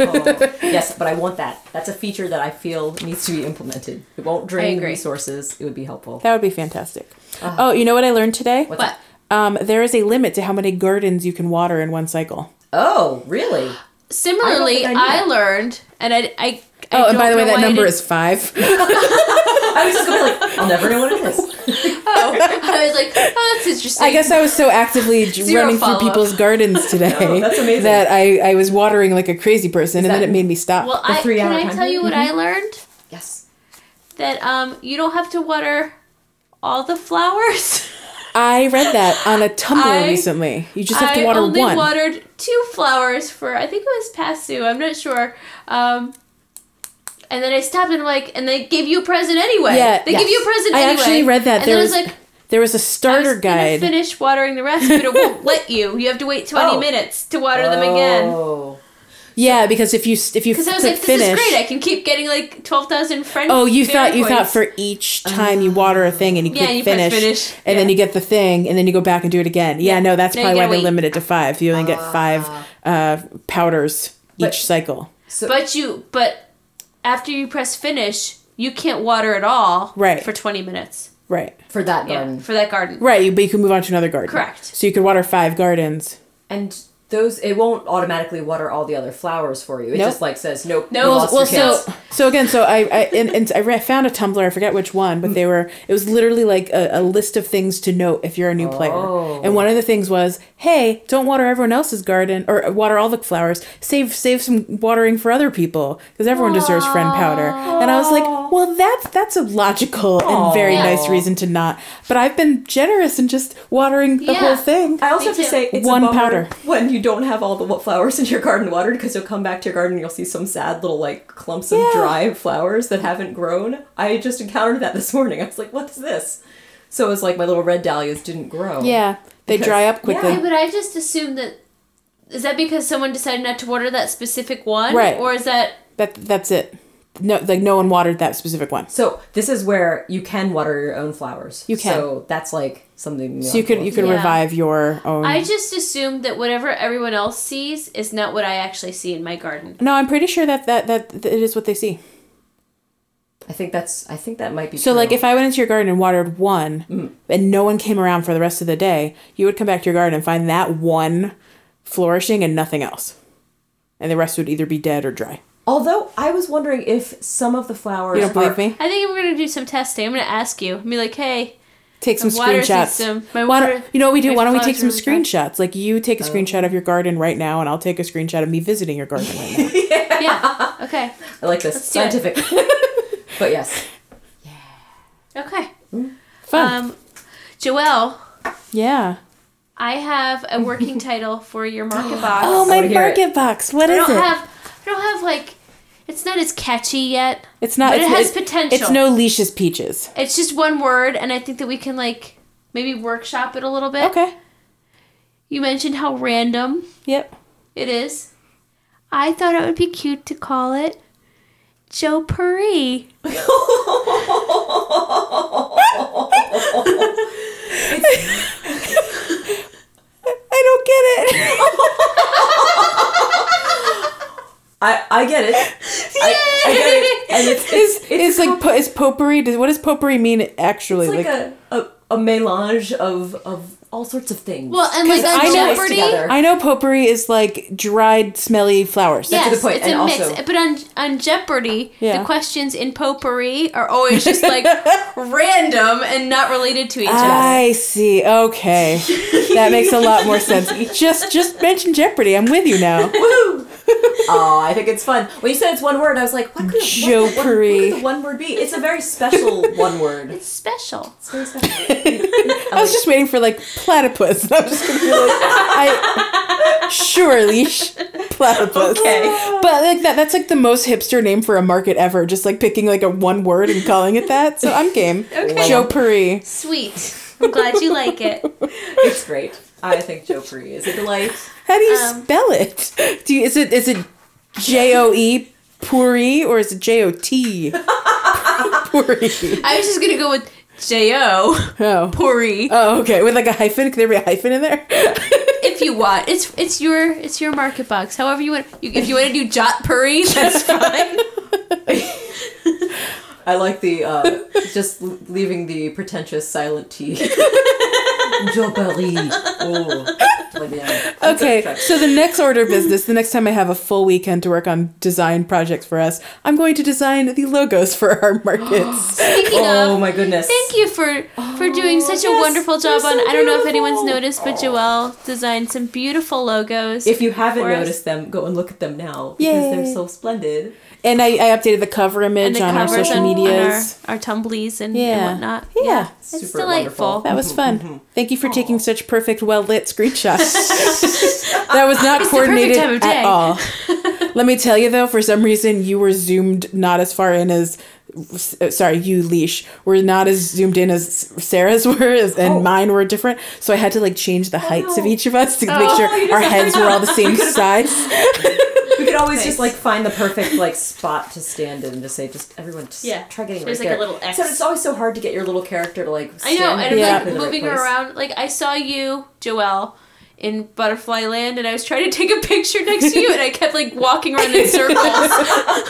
yes, but I want that. That's a feature that I feel needs to be implemented. It won't drain agree. resources. It would be helpful. That would be fantastic. oh, you know what I learned today? What's- But Um, there is a limit to how many gardens you can water in one cycle. Oh, really? similarly, I I, don't think I knew that. learned, and I, I, I oh, and don't by the way, know that why I number didn't- is five. I was just gonna be like, I'll never know what it is. Oh, I was like, oh, that's interesting. I guess I was so actively j- Zero running follow-up. through people's gardens today that's amazing. that I, I was watering like a crazy person, and that- then it made me stop. Well, The I three can hour I time Mm-hmm. tell you what I learned? Yes. That um, you don't have to water all the flowers. I read that on a Tumblr I- recently. You just have to water I only one. watered two flowers for I think it was past due. I'm not sure. Um, and then I stopped and I'm like, and they gave you a present anyway. Yeah, they yes. give you a present. I anyway. actually read that. And there then was I was like, there was a I starter was gonna guide. Finish watering the rest, but it won't let you. You have to wait 20 Oh. minutes to water them again. Oh. yeah, because if you s- if you Because I click was like, this finish, is great. I can keep getting like 12,000 friends. oh, you thought you thought for each time you water a thing and you Yeah, click you press finish, finish. and then Yeah. you get the thing, and then you go back and do it again. Yeah, no, that's No, you probably why gotta they wait. limit it to five. You only get five uh, powders But- each cycle. But you, but after you press finish, you can't water at all. Right. For 20 minutes. Right, For that Yeah. garden. For that garden. right. You, but you can move on to another garden. Correct. So you could water five gardens. And those it won't automatically water all the other flowers for you. It Nope. just like says nope. No, you well, lost well, your chance. So, so again, so I, I and, and I re- found a Tumblr. I forget which one, but they were. It was literally like a, a list of things to note if you're a new Oh. player. And one of the things was, hey, don't water everyone else's garden or water all the flowers. Save save some watering for other people because everyone deserves friend powder. And I was like, well, that's that's a logical and very Aw. nice reason to not. But I've been generous and just watering the Yeah. whole thing. I also Me have to too. say it's One a bummer powder. when you don't have all the wa- flowers in your garden watered because you'll come back to your garden and you'll see some sad little like clumps of Yeah. dry flowers that haven't grown. I just encountered that this morning. I was like, "What is this?" So it was like my little red dahlias didn't grow. yeah, they Because- dry up quickly. Yeah, but I just assumed that. Is that because someone decided not to water that specific one? Right. Or is that That that's it. no, like no one watered that specific one. So this is where you can water your own flowers. You can. So that's like something. So you could you could Yeah. revive your own. I just assumed that whatever everyone else sees is not what I actually see in my garden. no, I'm pretty sure that that, that that it is what they see. I think that's. I think that might be. So like if I went into your garden and watered one Mm. and no one came around for the rest of the day, you would come back to your garden and find that one flourishing and nothing else. And the rest would either be dead or dry. Although I was wondering if some of the flowers. You don't are- believe me? I think we're gonna do some testing. I'm gonna ask you. be like, hey, Take some My water screenshots. system- my Why don't- water- you know what we do? my Why don't we flowers take are some really dry. Oh. screenshots? Like you take a screenshot of your garden right now, and I'll take a screenshot of me visiting your garden right now. yeah, okay, I like this do it. scientific. but yes, okay. Fun. Um, Joelle, yeah. I have a working title for your market box. Oh my wanna hear it. market box. What I is don't it? have. I don't have like. It's not as catchy yet. it's not. but it's, it has It's potential. no leashes peaches. It's just one word, and I think that we can like maybe workshop it a little bit. Okay. You mentioned how random Yep. it is. I thought it would be cute to call it Joe Perry. I don't get it. I I get it. I, I get it, and it's is it's, is like po- is potpourri? Does, what does potpourri mean actually? it's like, a, a a melange of of all sorts of things. Well, and like 'Cause on I know it's Jeopardy, together. I know potpourri is like dried, smelly flowers. yes, good point, it's and a mix. also- but on on Jeopardy, Yeah. the questions in potpourri are always just like random and not related to each other. I see. Okay, that makes a lot more sense. Just just mention Jeopardy. I'm with you now. Woo! oh, I think it's fun. When you said it's one word, I was like, what could, what, could- what, what Jokery. could the one word be? It's a very special one word. It's special. It's very special. I was just waiting for like platypus. I was just gonna be like, I sure leash platypus. Okay. but like that. That's like the most hipster name for a market ever. Just like picking like a one word and calling it that. So I'm game. Okay. Potpourri. Sweet. I'm glad you like it. It's great. I think Jokery is a delight. How do you Um, spell it? Do you, is it is it J O E Puri or is it J O T? Puri. I was just gonna go with J O Oh. Puri Oh, okay. With like a hyphen. Could there be a hyphen in there? if you want. It's it's your it's your market box. However you want. You, if you want to do Jot Puri, that's fine. I like the uh, just l- leaving the pretentious silent T. Jokery. Oh, très bien. okay. So the next order of business, the next time I have a full weekend to work on design projects for us, I'm going to design the logos for our markets. Speaking Oh of, my goodness. thank you for for doing such a Oh, yes, wonderful they're job on. so I don't know if beautiful. anyone's noticed, but Joelle designed some beautiful logos. If you haven't for us. noticed them, go and look at them now because Yay. they're so splendid. and I, I updated the cover and image the on our covers social on, on medias. our, our Tumblies and, and Yeah. whatnot. Yeah. It's Super delightful. wonderful. That was fun. Mm-hmm. Thank you for taking such perfect, well lit screenshots. that was not the perfect coordinated time of day. at all. Let me tell you though, for some reason, you were zoomed not as far in as. uh, Sorry, you leash were not as zoomed in as Sarah's were, as, and mine were different. So I had to like change the heights of no. each of us to make Oh. Oh, sure our heads were all the same size. We could always just like find the perfect like spot to stand in and just say just everyone just Yeah. try getting There's, right like, a there. little X. So it's always so hard to get your little character to like. I know, stand and I'm Yeah. like in the right moving place. around. Like I saw you, Joelle, in Butterfly Land, and I was trying to take a picture next to you, and I kept like walking around in circles,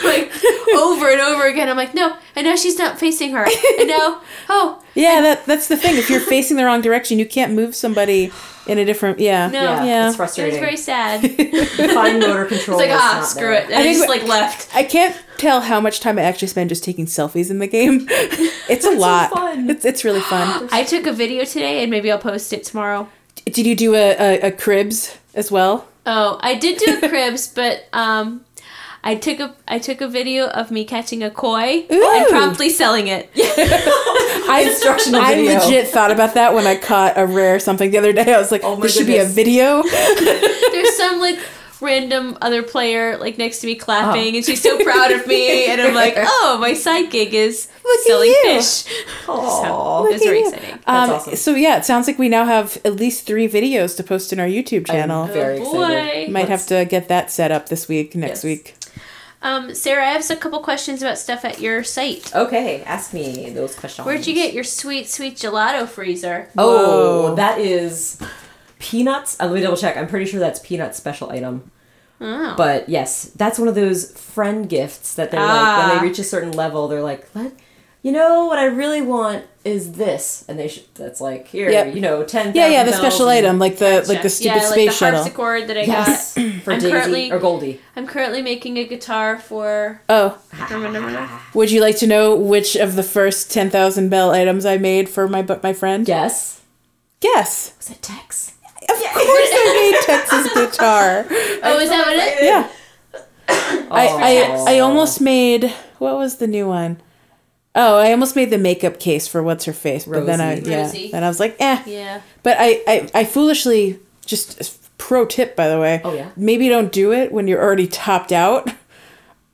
like over and over again. I'm like, no, and now she's not facing her, and now, oh Yeah, that that's the thing. If you're facing the wrong direction, you can't move somebody in a different. Yeah, No. Yeah, Yeah. it's it was frustrating. very sad. It's Fine motor control. like is ah, not screw there. it. And I, think just we- like left. I can't tell how much time I actually spend just taking selfies in the game. It's a lot. fun. It's it's really fun. I took a video today, and maybe I'll post it tomorrow. Did you do a, a, a cribs as well? Oh, I did do a cribs, but um. I took a I took a video of me catching a koi Ooh. and promptly selling it. I, Instructional I video. legit thought about that when I caught a rare something the other day. I was like, Oh my this should be a goodness. video. There's some like random other player like next to me clapping, and she's so proud of me, and I'm like, oh, my side gig is Look at selling you. fish. Aw. So it was very Yeah. exciting. Um, awesome. So yeah, it sounds like we now have at least three videos to post in our YouTube channel. very Oh, excited. boy. Might have to get that set up this week, next Yes. week. Um, Sarah, I have a couple questions about stuff at your site. Okay, ask me those questions. Where'd you get your sweet, sweet gelato freezer? Oh, Whoa. that is peanuts. Uh, let me double check. I'm pretty sure that's peanut special item. Oh. But yes, that's one of those friend gifts that they're like when Ah. they reach a certain level, they're like, "Let you know what I really want is this," and they should. That's like here, Yep. you know, ten. Yeah, yeah, the bells special and- item, like the like the yeah, stupid space like the shuttle. harpsichord that I Yes, got. for I'm Daisy currently- or Goldie. I'm currently making a guitar for. Oh, Number, number, number. would you like to know which of the first ten thousand bell items I made for my but my friend? Yes, Yes, was it Tex? of course I made Texas guitar. Oh, is that what it? Yeah, Oh. I, I I almost made what was the new one? Oh, I almost made the makeup case for what's her face, but then I Rosie. yeah, Rosie. then I was like, eh. Yeah. But I, I, I foolishly just uh, pro tip by the way. Oh, yeah? Maybe don't do it when you're already topped out.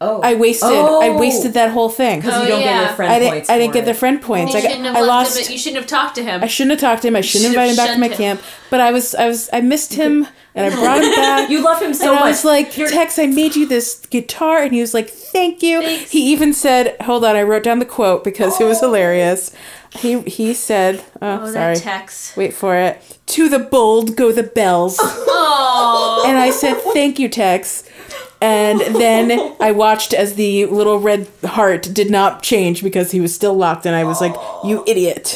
Oh, I wasted I Oh. wasted that whole thing. because Oh, you don't yeah. get the friend I didn't points. I didn't for get the it. friend points. I, You got, shouldn't have I left lost. Him, you shouldn't have talked to him. I shouldn't have talked to him. I shouldn't have should've invited him back to my shunned him. camp. But I was I was I missed him and I brought him back. You love him so and I much. was like, You're- Tex, I made you this guitar. And he was like, thank you. Thanks. He even said, hold on, I wrote down the quote because it was hilarious. He, he said, oh, oh, sorry. that text. Wait for it. To the bold go the bells. Oh. and I said, thank you, Tex. And then I watched as the little red heart did not change because he was still locked. And I was like, you idiot.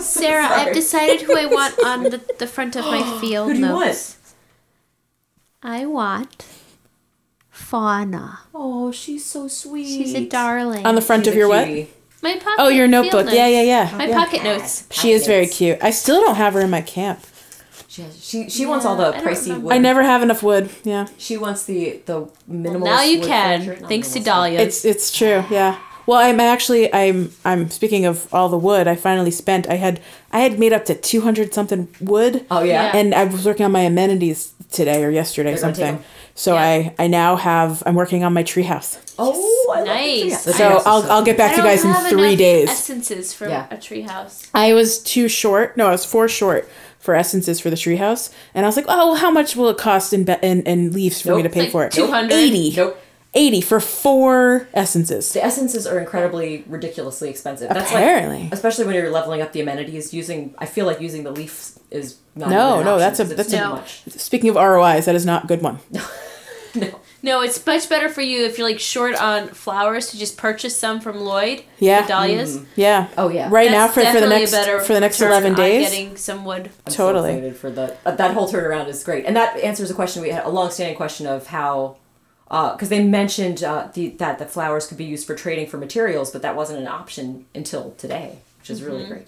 Sarah, I've decided who I want on the, the front of my field Who do you notes. I want Fauna. Oh, she's so sweet. She's a darling. On the front She's of a your cutie. what? my pocket Oh, your field notebook. Yeah, notes. yeah, yeah. My Yeah. pocket notes. She is very cute. I still don't have her in my camp. She, has, she, she wants all Yeah, the I don't pricey remember. wood. I never have enough wood. Yeah. She wants the the minimal. Now you wood can, furniture. Not thanks to minimalist. Dahlia. It's it's true. Yeah. Well, I'm actually I'm I'm speaking of all the wood I finally spent. I had I had made up to 200 something wood. Oh yeah. Yeah. And I was working on my amenities today or yesterday or They're gonna take something. 'em. So Yeah. I I now have I'm working on my treehouse. Oh, Nice. I Love the treehouse. The So treehouse is I'll I'll get I back to you don't guys in have 3 enough days. Essences for Yeah. a treehouse. I was too short. No, I was four short for essences for the treehouse, and I was like, "Oh, well, how much will it cost in be- in, in leaves for me Nope. to pay Like for it?" 200. 80. Nope. 80 for four essences. The essences are incredibly ridiculously expensive. That's Apparently. like, especially when you're leveling up the amenities, using I feel like using the leaf is not No, even an no, option that's a- 'cause it's that's too a- much. Speaking of ROIs, that is not a good one. No, No, it's much better for you if you're like short on flowers to just purchase some from Lloyd. Yeah. The dahlias. Yeah. Oh, yeah. Right That's now for, for the definitely a next better for the next return eleven on days. Getting some wood. I'm so Totally. excited for the uh, that whole turnaround is great, and that answers a question we had a long-standing question of how. Because they mentioned uh, the, that the flowers could be used for trading for materials, but that wasn't an option until today, which is really great.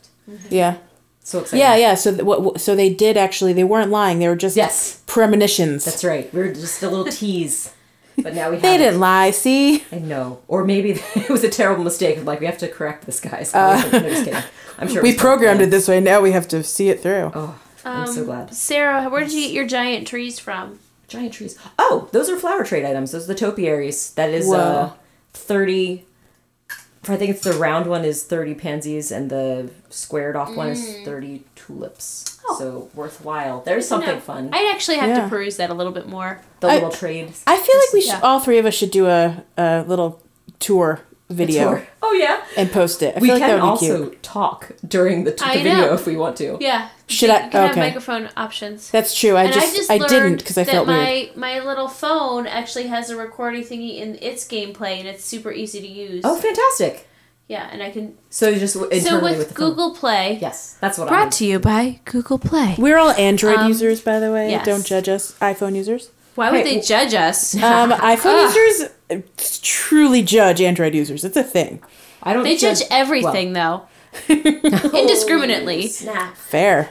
Yeah. So exciting! Yeah, yeah. So th- what- what? So they did actually. They weren't lying. They were just Yes. premonitions. That's right. We were just a little tease, but now we have they it. didn't lie. See, I know, or maybe it was a terrible mistake. Like we have to correct this, guys. Uh, no, just kidding. I'm sure it we was programmed it planned. this way. Now we have to see it through. Oh, I'm so glad. Sarah, where did you get your giant trees from? Giant trees. Oh, those are flower trade items. Those are the topiaries. That is uh, Whoa. thirty. I think it's the round one is thirty pansies, and the squared off one is thirty tulips. So worthwhile. There's something No, fun. I'd actually have Yeah. to peruse that a little bit more. the I- little trades. I feel like we should. yeah. All three of us should do a, a little tour video Tour. Oh yeah. and post it. I We feel like that can would be also cute. talk during the, t- I the video know. if we want to. Yeah. Should you I- You can have okay. microphone options. That's true. I And just I, didn't because I that felt my weird. my little phone actually has a recording thingy in its gameplay, and it's super easy to use. Oh, fantastic! Yeah, and I can. So you just w- internally so with, with the phone. Google Play, Yes, that's what I'm. brought to you by Google Play. We're all Android Um, users, by the way. yes. Don't judge us, iPhone users. Why would Hey, they judge us? Um, iPhone users uh, truly judge Android users. It's a thing. I don't. They judge everything though, Oh. indiscriminately. Snap. Fair.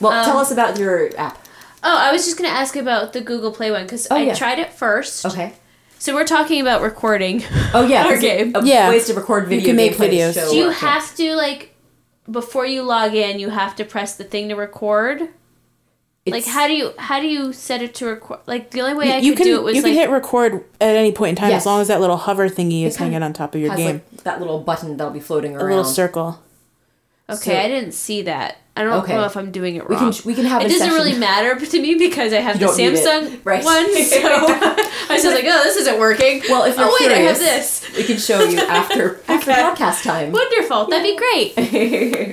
Well, tell us about your app. Oh, I was just gonna ask about the Google Play one because I Oh, yeah. tried it first. Okay. So we're talking about recording. Oh yeah, Our 'cause game. of Yeah. Ways to record video. can make gameplays videos. show Do you work. have to like before you log in? You have to press the thing to record. Like It's- how do you how do you set it to record? Like the only way I you could can do it was you like can hit record at any point in time as Yes. long as that little hover thingy is It kind hanging of on top of your has, game. like, that little button that'll be floating around. a little circle. okay, so- I didn't see that. I don't Okay. know if I'm doing it We wrong. can we can have. it a doesn't session. really matter to me because I have You the don't need it. Samsung Right. one. So I was just like, oh, this isn't working. Well, if you're oh wait, I have curious. this. We can show you after after Okay. podcast time. Wonderful. That'd be great.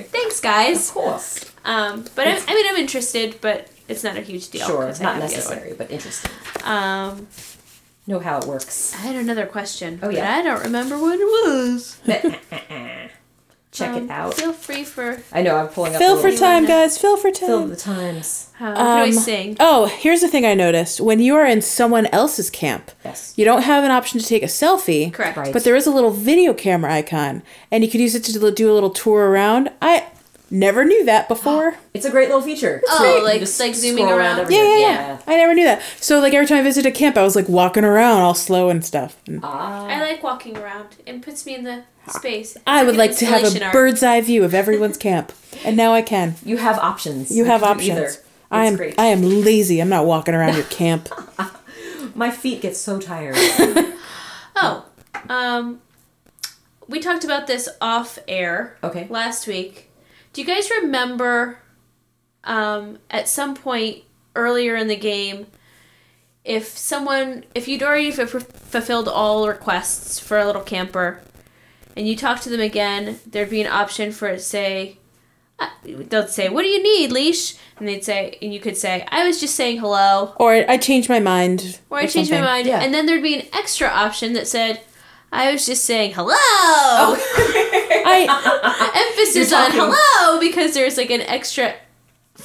of Thanks, guys. course. Um, but I'm, I mean, I'm interested, but it's not a huge deal. Sure, 'cause I not have the other necessary, but interesting. one. Um, Know how it works. I had another question. Oh, but yeah. I don't remember what it was. Check Um, it out. Feel free for I know I'm pulling up. Fill the for little- time, guys. Fill for time. Fill the times. uh, what do I Um, sing? Oh, here's the thing I noticed. When you are in someone else's camp, Yes. you don't have an option to take a selfie. Correct. Right. But there is a little video camera icon, and you could use it to do- do a little tour around. I never knew that before. It's a great little feature. It's Oh, great. You like- just like zooming scroll around? yeah, yeah, everywhere. yeah. I never knew that. So, like, every time I visited a camp, I was like walking around all slow and stuff. And Ah, I like walking around. It puts me in the space. I would an like to have installation a art. bird's eye view of everyone's camp, and now I can. you have options. You have can do options. either. I It's am. great. I am lazy. I'm not walking around your camp. My feet get so tired. Oh, um, we talked about this off air Okay. last week. Do you guys remember um, at some point earlier in the game if someone, if you'd already f- fulfilled all requests for a little camper and you talk to them again, there'd be an option for it, say, uh, they'll say, What do you need, Leash? And they'd say, and you could say, I was just saying hello or I changed my mind. or I changed my something. mind. Yeah. And then there'd be an extra option that said, I was just saying Oh, hello. I Emphasis You're on talking- hello because there's like an extra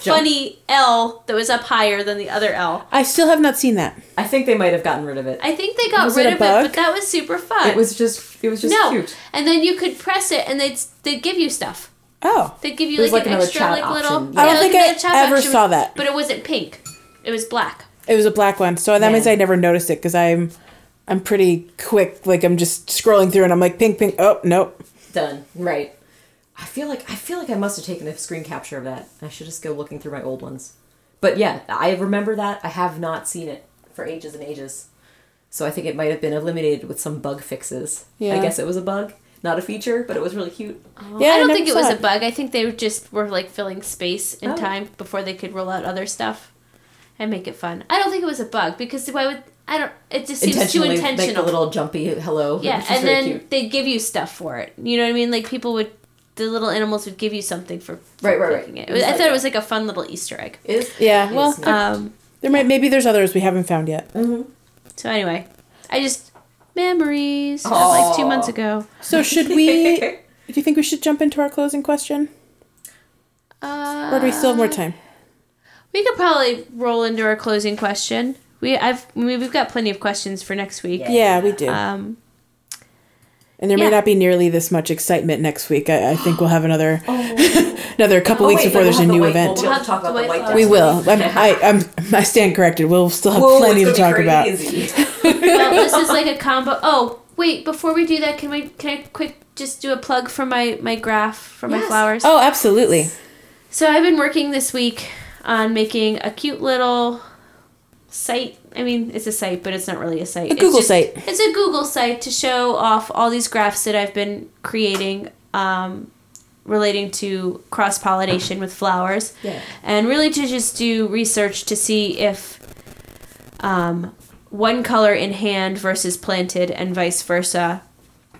Jump. funny L that was up higher than the other L. I still have not seen that. I think they might have gotten rid of it. I think they got Was it rid a of it, bug? but that was super fun. It was just it was just no. cute. And then you could press it and they'd, they'd give you stuff. Oh, They'd give you There's like, like an another extra chat like little. option. I Yeah, don't like think another I chat ever option, saw that. But it wasn't pink. It was black. it was a black one, so that Yeah. means I never noticed it because I'm, I'm pretty quick. Like I'm just scrolling through and I'm like, ping, ping. Oh, nope. Done. Right. I feel like I feel like I must have taken a screen capture of that. I should just go looking through my old ones. But yeah, I remember that. I have not seen it for ages and ages. So I think it might have been eliminated with some bug fixes. I Yeah. guess it was a bug, not a feature, but it was really cute. Yeah, Oh, I don't never think it saw was a bug. I think they were just were like filling space and Oh. time before they could roll out other stuff and make it fun. I don't think it was a bug because why would I don't? It just seems too intentionally make the intentional. little jumpy hello. yeah, which is and very then cute. they give you stuff for it. You know what I mean? Like people would, the little animals would give you something for, for Right, right, right. clicking It. It was I like thought that. it was like a fun little Easter egg. It is Yeah, it well, is neat. Um. There might maybe there's others we haven't found yet. So anyway, I just memories from Aw. like two months ago. So should we? do you think we should jump into our closing question, Uh, or do we still have more time? We could probably roll into our closing question. We I've I mean, we've got plenty of questions for next week. Yeah, we do. Um, and there yeah. may not be nearly this much excitement next week. I, I think we'll have another, another couple Oh, weeks wait, before no, there's we'll a have the new white- event. We'll, we'll have to talk about the We'll white have the We white will. I'm, I, I'm, I stand corrected. We'll still have Whoa, plenty to it's gonna talk be about. crazy. well, this is like a combo. Oh, wait! Before we do that, can we can I quick just do a plug for my my graph for my Yes. flowers? Oh, absolutely. So I've been working this week on making a cute little site. I mean, it's a site, but it's not really a site. A Google site. It's a Google site to show off all these graphs that I've been creating um, relating to cross pollination with flowers. Yeah. And really to just do research to see if um, one color in hand versus planted and vice versa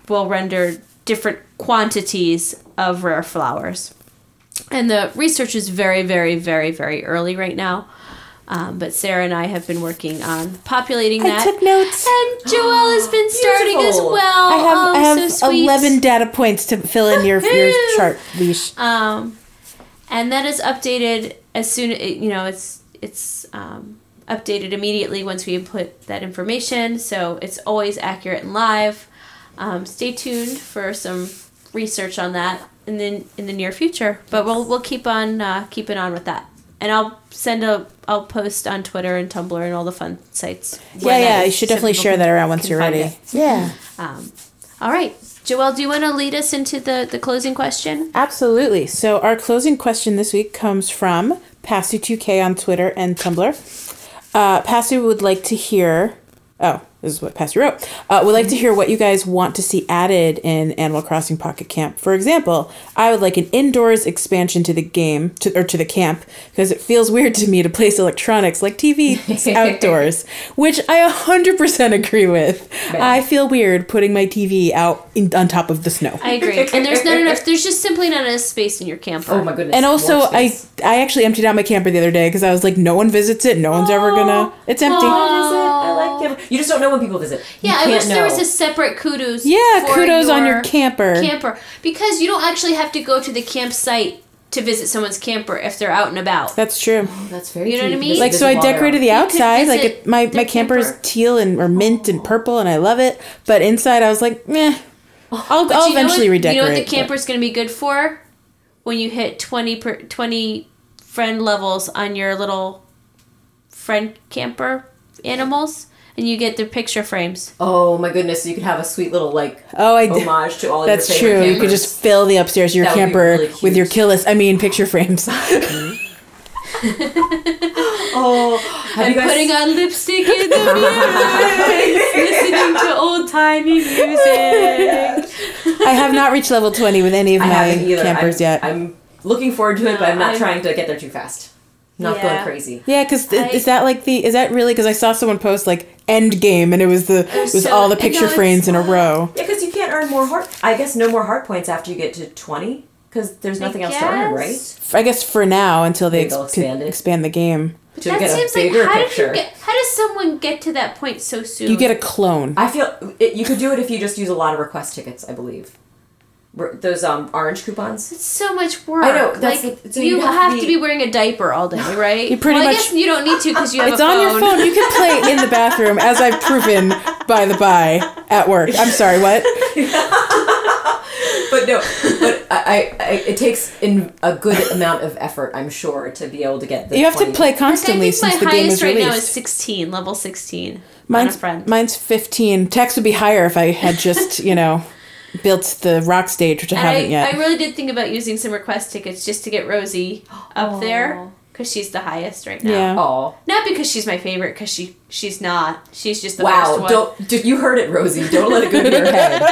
will render different quantities of rare flowers. And the research is very, very, very, very early right now. Um, but Sarah and I have been working on populating I that. took notes. And Joelle has been starting as Beautiful. well. I have, oh, I have so sweet. 11 data points to fill in your, your Woohoo! chart leash. Um, and that is updated as soon it, you know it's it's um, updated immediately once we input that information. So it's always accurate and live. Um, stay tuned for some research on that in the in the near future. But we'll we'll keep on uh, keeping on with that. And I'll send a I'll post on Twitter and Tumblr and all the fun sites. yeah, where that yeah. You is, should so definitely people share can- that around once can you're find ready. it. Yeah. Um, all right, Joelle, do you want to lead us into the the closing question? Absolutely. So our closing question this week comes from Passu2k on Twitter and Tumblr. Uh, Passu would like to hear. Oh, this is what Pastor wrote. Uh, would like to hear what you guys want to see added in Animal Crossing Pocket Camp. For example, I would like an indoors expansion to the game to, or to the camp because it feels weird to me to place electronics like TVs outdoors, which I 100% agree with. I feel weird putting my TV out in, on top of the snow. I agree. And there's not enough. There's just simply not enough space in your camper. Oh my goodness. and more also, I space. I actually emptied out my camper the other day because I was like, no one visits it. No one's ever gonna. It's empty. What is it? I like him. You just don't know when people visit. Yeah, you I can't wish there know. was a separate kudos. Yeah, for kudos on your camper. Camper, because you don't actually have to go to the campsite to visit someone's camper if they're out and about. That's true. Oh, That's very. You know true. what I mean? This- like this so i is water. decorated the outside like visit it, my, the my camper is camper. teal and or mint and purple and i love it but inside i was like meh i'll, Do I'll Oh, you know eventually what- redecorate You know what the but- camper's going to be good for? When you hit 20 per, 20 friend levels on your little friend camper animals and you get their picture frames. Oh my goodness! So you could have a sweet little like oh i did homage to all of that's your true favorite you could campers. just fill the upstairs of your That would be camper really with your cute. killis i mean picture frames Oh, have I'm you guys? putting on lipstick in the mirror, listening to old timey music. i have not reached level 20 with any of I my haven't either. campers I'm, yet I'm looking forward to it, but I'm not I'm- trying to get there too fast. Not Yeah. going crazy. yeah because I- is that like the is that really because i saw someone post like end game and it was the it was so- all the no, picture it's- frames in a row Yeah, because you can't earn more heart. I guess no more heart points after you get to twenty, because there's nothing else to earn, right? Yes. i guess for now until they Maybe they'll ex- expand it. expand the game To That get a seems bigger like how did picture. you get, how does someone get to that point so soon? you get a clone I feel it, you could do it if you just use a lot of request tickets. I believe R- those um orange coupons. It's so much work. I know, that's like the- so you you'd have, to be wearing a diaper all day, right? You pretty well, I much- guess you don't need to because you have It's a on phone. your phone. You can play in the bathroom, as I've proven by the by at work. I'm sorry, what? But no, but I, I, I it takes in a good amount of effort, I'm sure, to be able to get. The You have to 20. play Like, I constantly think my since the game highest is right released. now is sixteen, level sixteen. on a mine's friend. mine's 15. Text would be higher if I had just you know built the rock stage, which I and I, haven't yet. I really did think about using some request tickets just to get Rosie up there because she's the highest right now. yeah. Oh Not because she's my favorite, because she she's not. She's just the first wow! one. Don't d- you heard it, Rosie? Don't let it go to your head.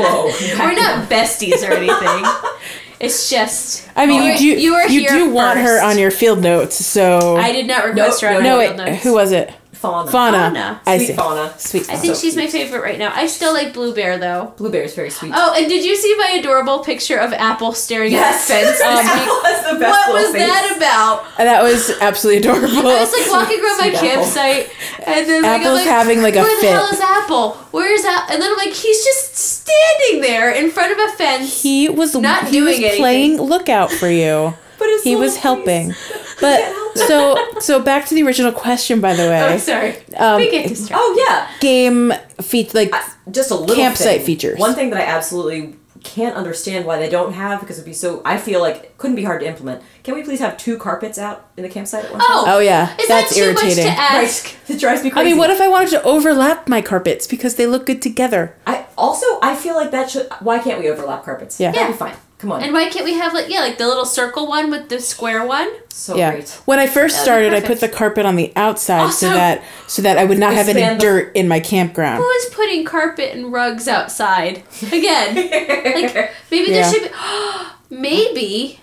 Whoa! We're not besties or anything. it's just I mean, You're- you Oh, do you you, were here do want her first. on your field notes. So I did not request her. no, on no my wait, field notes. who was it? Fauna. Fauna. Fauna. I Sweet see. fauna. Sweet. I think So she's my cute. favorite right now. I still like Blue Bear though. Blue Bear's very sweet. Oh, and did you see my adorable picture of Apple staring yes, at the fence? this That Um, week? was the best what little was face. that about? And that was absolutely adorable. I was like walking around my Sweet Apple. campsite, and then like, I'm Apple's like, having, like, a where the fit." hell is Apple? Where's Apple? And then I'm like, he's just standing there in front of a fence. he was Not he was doing anything. playing lookout for you. But his he was little face. helping but so so back to the original question by the Oh, way sorry. Um, we get distracted. Oh yeah. game feat like just a little Campsite thing. features. One thing that I absolutely can't understand why they don't have because it'd be so. I feel like it couldn't be hard to implement. Can we please have two carpets out in the campsite at one time? Oh, oh yeah Is that's that too irritating much to ask? Right. It drives me i crazy. mean what if i wanted to overlap my carpets because they look good together I also I feel like that should. Why can't we overlap carpets? Yeah. that'd Yeah. be fine. Come on. And why can't we have like yeah, like the little circle one with the square one? so yeah great. when i first Oh, That'd be started i put the perfect. carpet on the outside so Also- that so that i would not have any Expand the- dirt in my campground Who is putting carpet and rugs outside again? like maybe Yeah. there should be maybe,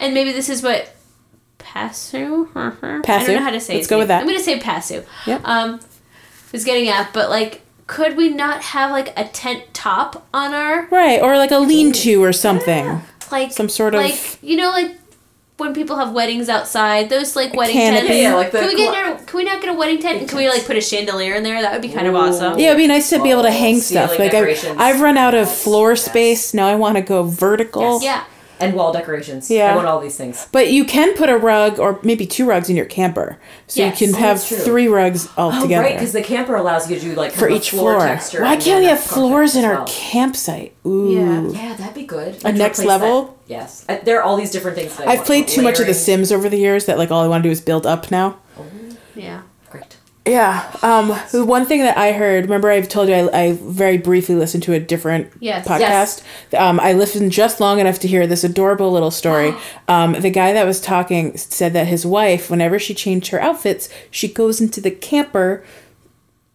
and maybe this is what Pasu. I Pasu. don't know how to say. Let's his go name. with that. I'm gonna say Pasu. Yep. Um, was getting at, but like, could we not have like a tent top on our right or like a lean-to or something like Some sort of- like you know like when people have weddings outside those like wedding canopy. tents. Yeah, like the can we get cla- our, can we not get a wedding tent and can we like put a chandelier in there? That would be kind of Ooh. awesome. yeah, it'd be nice to be able to Oh, hang ceiling stuff. Like I, decorations. I've run out of floor space. Now I want to go vertical. Yes. Yeah. And wall decorations. Yeah. I want all these things. But you can put a rug or maybe two rugs in your camper. So Yes. you can Oh, have that's true. three rugs all Oh, together right, because the camper allows you to do like for kind of a each floor. texture. Why and can't we then have a carpet floors in as our well. campsite? Ooh. Yeah, that'd be good. A next replace level? that. Yes, Uh, there are all these different things. That I I've want. played too much of The Layering. Sims over the years that like all I want to do is build up now. Yeah. Great. Yeah. Um, the one thing that I heard, remember I've told you I, I very briefly listened to a different Yes. podcast. Um, I listened just long enough to hear this adorable little story. um, the guy that was talking said that his wife, whenever she changed her outfits, she goes into the camper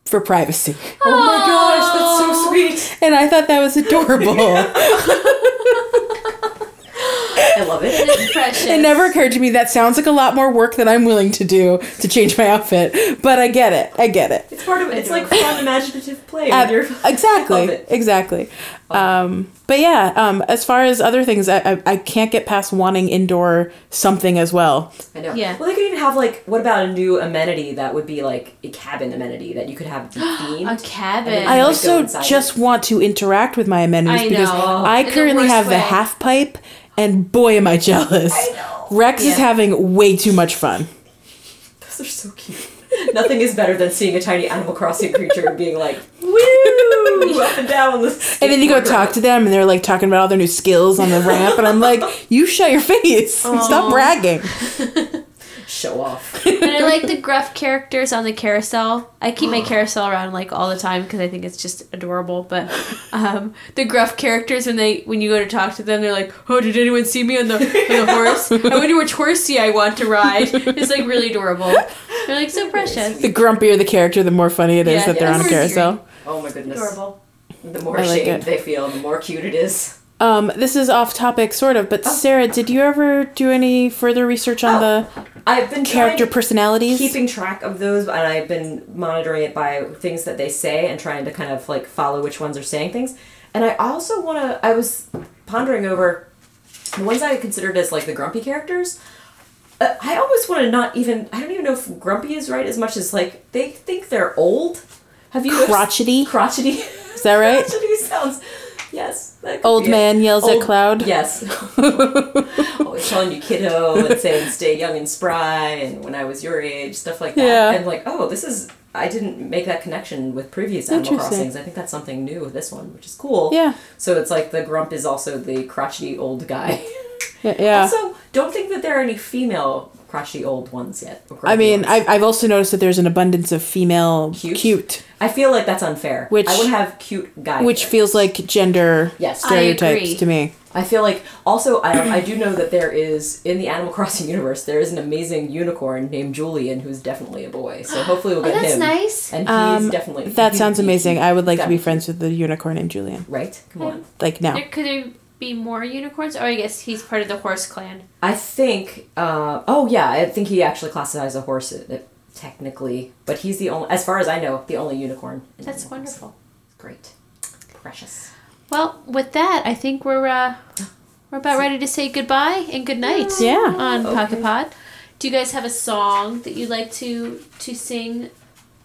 for privacy. Oh my gosh, that's so sweet. And I thought that was adorable. I love it. It's precious. It never occurred to me that sounds like a lot more work than I'm willing to do to change my outfit, but I get it. I get it. It's part of it's like fun imaginative play. when Uh, you're, I love exactly. it. Exactly. Um, but yeah, um, as far as other things, I, I, I can't get past wanting indoor something as well. I know. Yeah. Well, they could even have like, what about a new amenity that would be like a cabin amenity that you could have be a themed? cabin. I like, go also inside. just want to interact with my amenities I because know. I In the currently worst have the way. half pipe, and boy, am I jealous. Rex Yeah. is having way too much fun. Those are so cute. Nothing is better than seeing a tiny Animal Crossing creature and being like, woo, up and down. on The And then you go talk to them, and they're like talking about all their new skills on the ramp, and I'm like, "You shut your face! Stop bragging." Show off. and I like the gruff characters on the carousel. I keep my carousel around like all the time because I think it's just adorable. But um, the gruff characters when they when you go to talk to them, they're like, "Oh, did anyone see me on the, on the horse? I wonder which horsey I want to ride." It's like really adorable. They're like so precious, The grumpier the character, the more funny it is Yeah, that they're yeah. on a carousel. Oh my goodness. adorable. The more I like ashamed it. they feel, the more cute it is. Um, this is off topic, sort of, but Oh. Sarah, did you ever do any further research on Oh. the I've been trying- character personalities? keeping track of those and i've been monitoring it by things that they say and trying to kind of like follow which ones are saying things and i also want to i was pondering over the ones i considered as like the grumpy characters uh, i almost want to not even i don't even know if grumpy is right as much as like they think they're old have you Crotchety? crotchety Is that right? crotchety sounds yes that could Old be it. man yells at cloud. yes always calling you kiddo and saying stay young and spry and when I was your age, stuff like that. Yeah. And like, oh, this is I didn't make that connection with previous Animal Interesting. Crossings. I think that's something new with this one, which is cool. Yeah. So it's like the grump is also the crotchety old guy. Yeah. yeah. Also, don't think that there are any female crotchety old ones yet. or I grumpy mean, ones. I've, I've also noticed that there's an abundance of female Cute? cute, I feel like that's unfair. Which- I would have cute guy. which characters. feels like gender Yes. I stereotypes agree. to me. I feel like also I, I do know that there is in the Animal Crossing universe there is an amazing unicorn named Julian who's definitely a boy. So hopefully we'll Oh, get that's him. nice. And he's definitely Um, That sounds amazing. I would like to Definitely. be friends with the unicorn named Julian. right. Come on. Like now. There could there be more unicorns, or I guess he's part of the horse clan. I think. Uh, oh yeah, I think he actually classifies a horse it, it- technically, but he's the only, as far as I know, the only unicorn. in That's Animal Crossing. wonderful. Great. Precious. Well, with that, I think we're uh, we're about ready to say goodbye and good night. Yeah. On Pocket Okay. Pod, do you guys have a song that you'd like to to sing?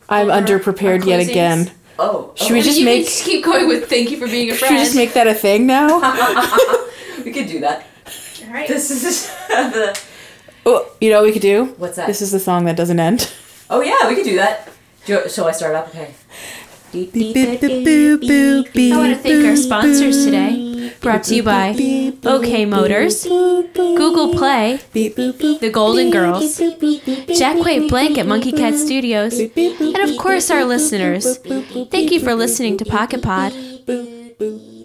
I'm Or- underprepared or yet closings. again. Oh. Should we I mean, just you make can just keep going with "Thank you for being a should we friend." just make that a thing now? oh, we could do that. All right. This is the. Oh, you know what we could do? What's that? This is the song that doesn't end. Oh yeah, we could do that. Do you- shall I start up? Okay. I want to thank our sponsors today. Brought to you by OK Motors, Google Play, The Golden Girls, Jack White Blanket Monkey Cat Studios, and of course our listeners. Thank you for listening to Pocket Pod. Boo, boo.